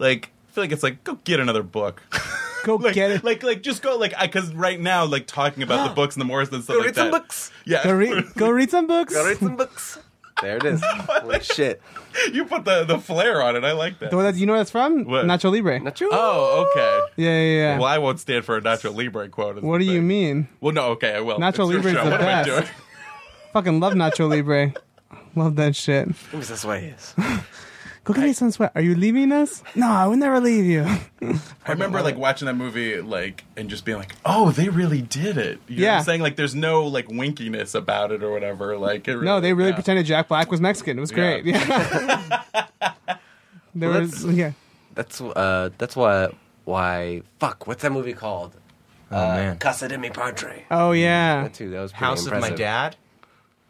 Speaker 3: like I feel like it's like go get another book.
Speaker 2: oh.
Speaker 4: Go
Speaker 3: like,
Speaker 4: get it.
Speaker 3: like like just go like I because right now like talking about the books and the Morris and stuff
Speaker 2: Go
Speaker 3: like
Speaker 2: read some
Speaker 3: that.
Speaker 2: books.
Speaker 3: Yeah,
Speaker 4: Go read, go read some books.
Speaker 2: Go read some books. There it is. Holy shit.
Speaker 3: you put the the flair on it. I like that.
Speaker 4: The one that you know that's from
Speaker 3: What?
Speaker 4: Nacho Libre.
Speaker 2: Not you.
Speaker 3: Oh, okay.
Speaker 4: yeah, yeah, yeah.
Speaker 3: Well, I won't stand for a Nacho Libre quote. is
Speaker 4: what
Speaker 3: the
Speaker 4: do you
Speaker 3: thing.
Speaker 4: mean?
Speaker 3: Well, no, okay, I will.
Speaker 4: Nacho
Speaker 3: It's your
Speaker 4: Libre's
Speaker 3: show.
Speaker 4: the
Speaker 3: What am I
Speaker 4: best.
Speaker 3: doing?
Speaker 4: Fucking love Nacho Libre. Love that shit.
Speaker 2: Maybe that's why he is.
Speaker 4: Go get me some sweat. Are you leaving us? No, I would never leave you.
Speaker 3: I remember like watching that movie like and just being like, "Oh, they really did it." You know
Speaker 4: Yeah.
Speaker 3: what I'm saying like there's no like winkiness about it or whatever. Like it really,
Speaker 4: No, they really
Speaker 3: yeah.
Speaker 4: pretended Jack Black was Mexican. It was great.
Speaker 3: Yeah.
Speaker 4: Yeah. there
Speaker 2: Well,
Speaker 4: was yeah.
Speaker 2: That's uh. That's why. Why? Fuck. What's that movie called? Uh,
Speaker 1: Oh, man.
Speaker 2: Casa de mi Padre.
Speaker 4: Oh yeah.
Speaker 2: That too. That was pretty
Speaker 1: House of
Speaker 2: impressive.
Speaker 1: My Dad.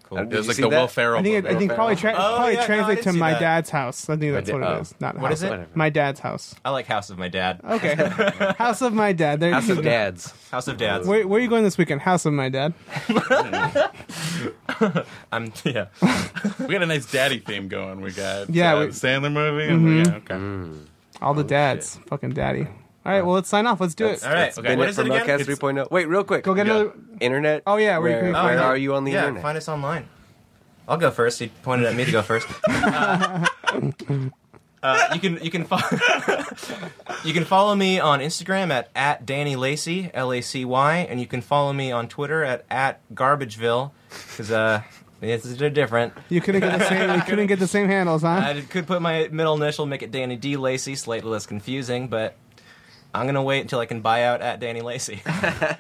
Speaker 1: Cool.
Speaker 2: That'd
Speaker 3: It
Speaker 2: be-
Speaker 1: What
Speaker 3: was
Speaker 2: you
Speaker 3: like
Speaker 2: see
Speaker 3: the
Speaker 2: that?
Speaker 3: Will Ferrell.
Speaker 4: I think it, I
Speaker 3: movie.
Speaker 4: think probably tra-
Speaker 1: Oh,
Speaker 4: probably
Speaker 1: yeah, no, I
Speaker 4: translate
Speaker 1: did
Speaker 4: to
Speaker 1: see
Speaker 4: my
Speaker 1: that.
Speaker 4: dad's house. I think that's
Speaker 2: did-
Speaker 4: what it
Speaker 2: oh.
Speaker 4: is. Not
Speaker 1: What
Speaker 4: house.
Speaker 1: is it?
Speaker 2: Whatever.
Speaker 4: My dad's house.
Speaker 1: I like House of My Dad.
Speaker 4: Okay. house of my dad. There
Speaker 2: House
Speaker 4: you
Speaker 2: of
Speaker 4: go.
Speaker 2: Dads.
Speaker 1: House of Dads.
Speaker 4: Where, where are you going this weekend? House of my dad.
Speaker 1: I'm yeah.
Speaker 3: we got a nice daddy theme going. We got
Speaker 4: Yeah,
Speaker 3: uh,
Speaker 4: we- Mm-hmm.
Speaker 3: the Sandler movie. And yeah,
Speaker 2: Mm-hmm.
Speaker 3: okay.
Speaker 4: All the dads. Fucking daddy. All right. Well, let's sign off. Let's do it.
Speaker 1: All right.
Speaker 3: Okay,
Speaker 2: Been
Speaker 1: What
Speaker 2: it
Speaker 1: is
Speaker 2: for
Speaker 1: it again?
Speaker 2: Melcast
Speaker 1: It's-
Speaker 2: 3.0. oh. Wait, real quick.
Speaker 4: Go get
Speaker 3: Yeah.
Speaker 4: another.
Speaker 2: internet.
Speaker 4: Oh, yeah, where you
Speaker 2: Where,
Speaker 4: can-
Speaker 2: where,
Speaker 1: Oh, yeah.
Speaker 2: are you on the
Speaker 1: yeah,
Speaker 2: internet?
Speaker 1: Find us online. I'll go first. He pointed at me to go first. Uh, uh, you can you can follow you can follow me on Instagram at at Danny Lacey L A C Y, and you can follow me on Twitter at at Garbageville because uh, it's they're different.
Speaker 4: You couldn't get the same. You couldn't get the same handles, huh?
Speaker 1: I could put my middle initial, make it Danny D Lacey, slightly less confusing, but I'm gonna wait until I can buy out at Danny Lacey.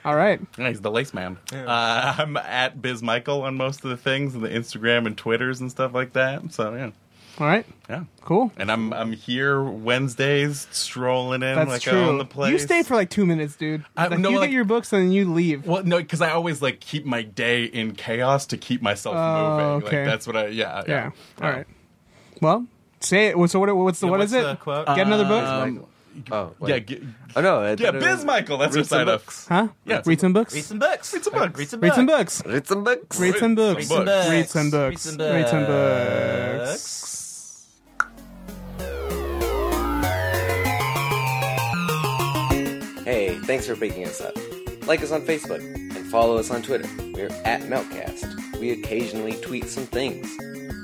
Speaker 4: All right.
Speaker 3: Yeah, he's the lace man. Uh, I'm at Biz Michael on most of the things, and the Instagram and Twitters and stuff like that. So yeah,
Speaker 4: All right.
Speaker 3: yeah.
Speaker 4: Cool.
Speaker 3: And I'm I'm here Wednesdays strolling in
Speaker 4: That's
Speaker 3: like I
Speaker 4: true.
Speaker 3: own the place.
Speaker 4: You stay for like two minutes, dude.
Speaker 3: I-
Speaker 4: Like,
Speaker 3: no,
Speaker 4: you
Speaker 3: like-
Speaker 4: get your books and then you leave.
Speaker 3: Well, no, because I always like keep my day in chaos to keep myself
Speaker 4: Oh,
Speaker 3: moving.
Speaker 4: okay.
Speaker 3: Like that's what I yeah
Speaker 4: yeah.
Speaker 3: yeah.
Speaker 4: All right. Well, say it. What- So what? What's the?
Speaker 1: Yeah,
Speaker 4: what
Speaker 1: what's
Speaker 4: is it?
Speaker 1: the quote?
Speaker 4: Get another book.
Speaker 1: Um,
Speaker 2: oh, wait.
Speaker 3: Yeah, g-
Speaker 2: oh no. I
Speaker 3: yeah,
Speaker 2: thought it was-
Speaker 3: Biz Michael. That's
Speaker 2: read
Speaker 3: your
Speaker 2: some
Speaker 3: side
Speaker 2: books.
Speaker 3: of.
Speaker 4: huh?
Speaker 3: yeah.
Speaker 4: Read some books.
Speaker 1: Read some books.
Speaker 3: Read some books.
Speaker 1: Read some
Speaker 4: Read some
Speaker 1: books.
Speaker 4: books.
Speaker 2: Read some books.
Speaker 4: Read some
Speaker 3: Read
Speaker 4: books.
Speaker 3: some books.
Speaker 4: Read some books.
Speaker 1: Read some
Speaker 4: Read some
Speaker 1: books.
Speaker 4: books.
Speaker 2: Thanks for picking us up. Like us on Facebook and follow us on Twitter. We're at Meltcast. We occasionally tweet some things.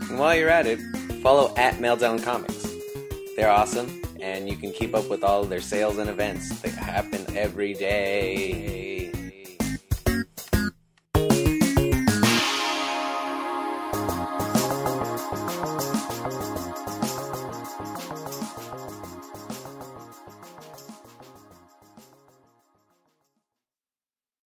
Speaker 2: And while you're at it, follow at Meltdown Comics. They're awesome, and you can keep up with all of their sales and events that happen every day.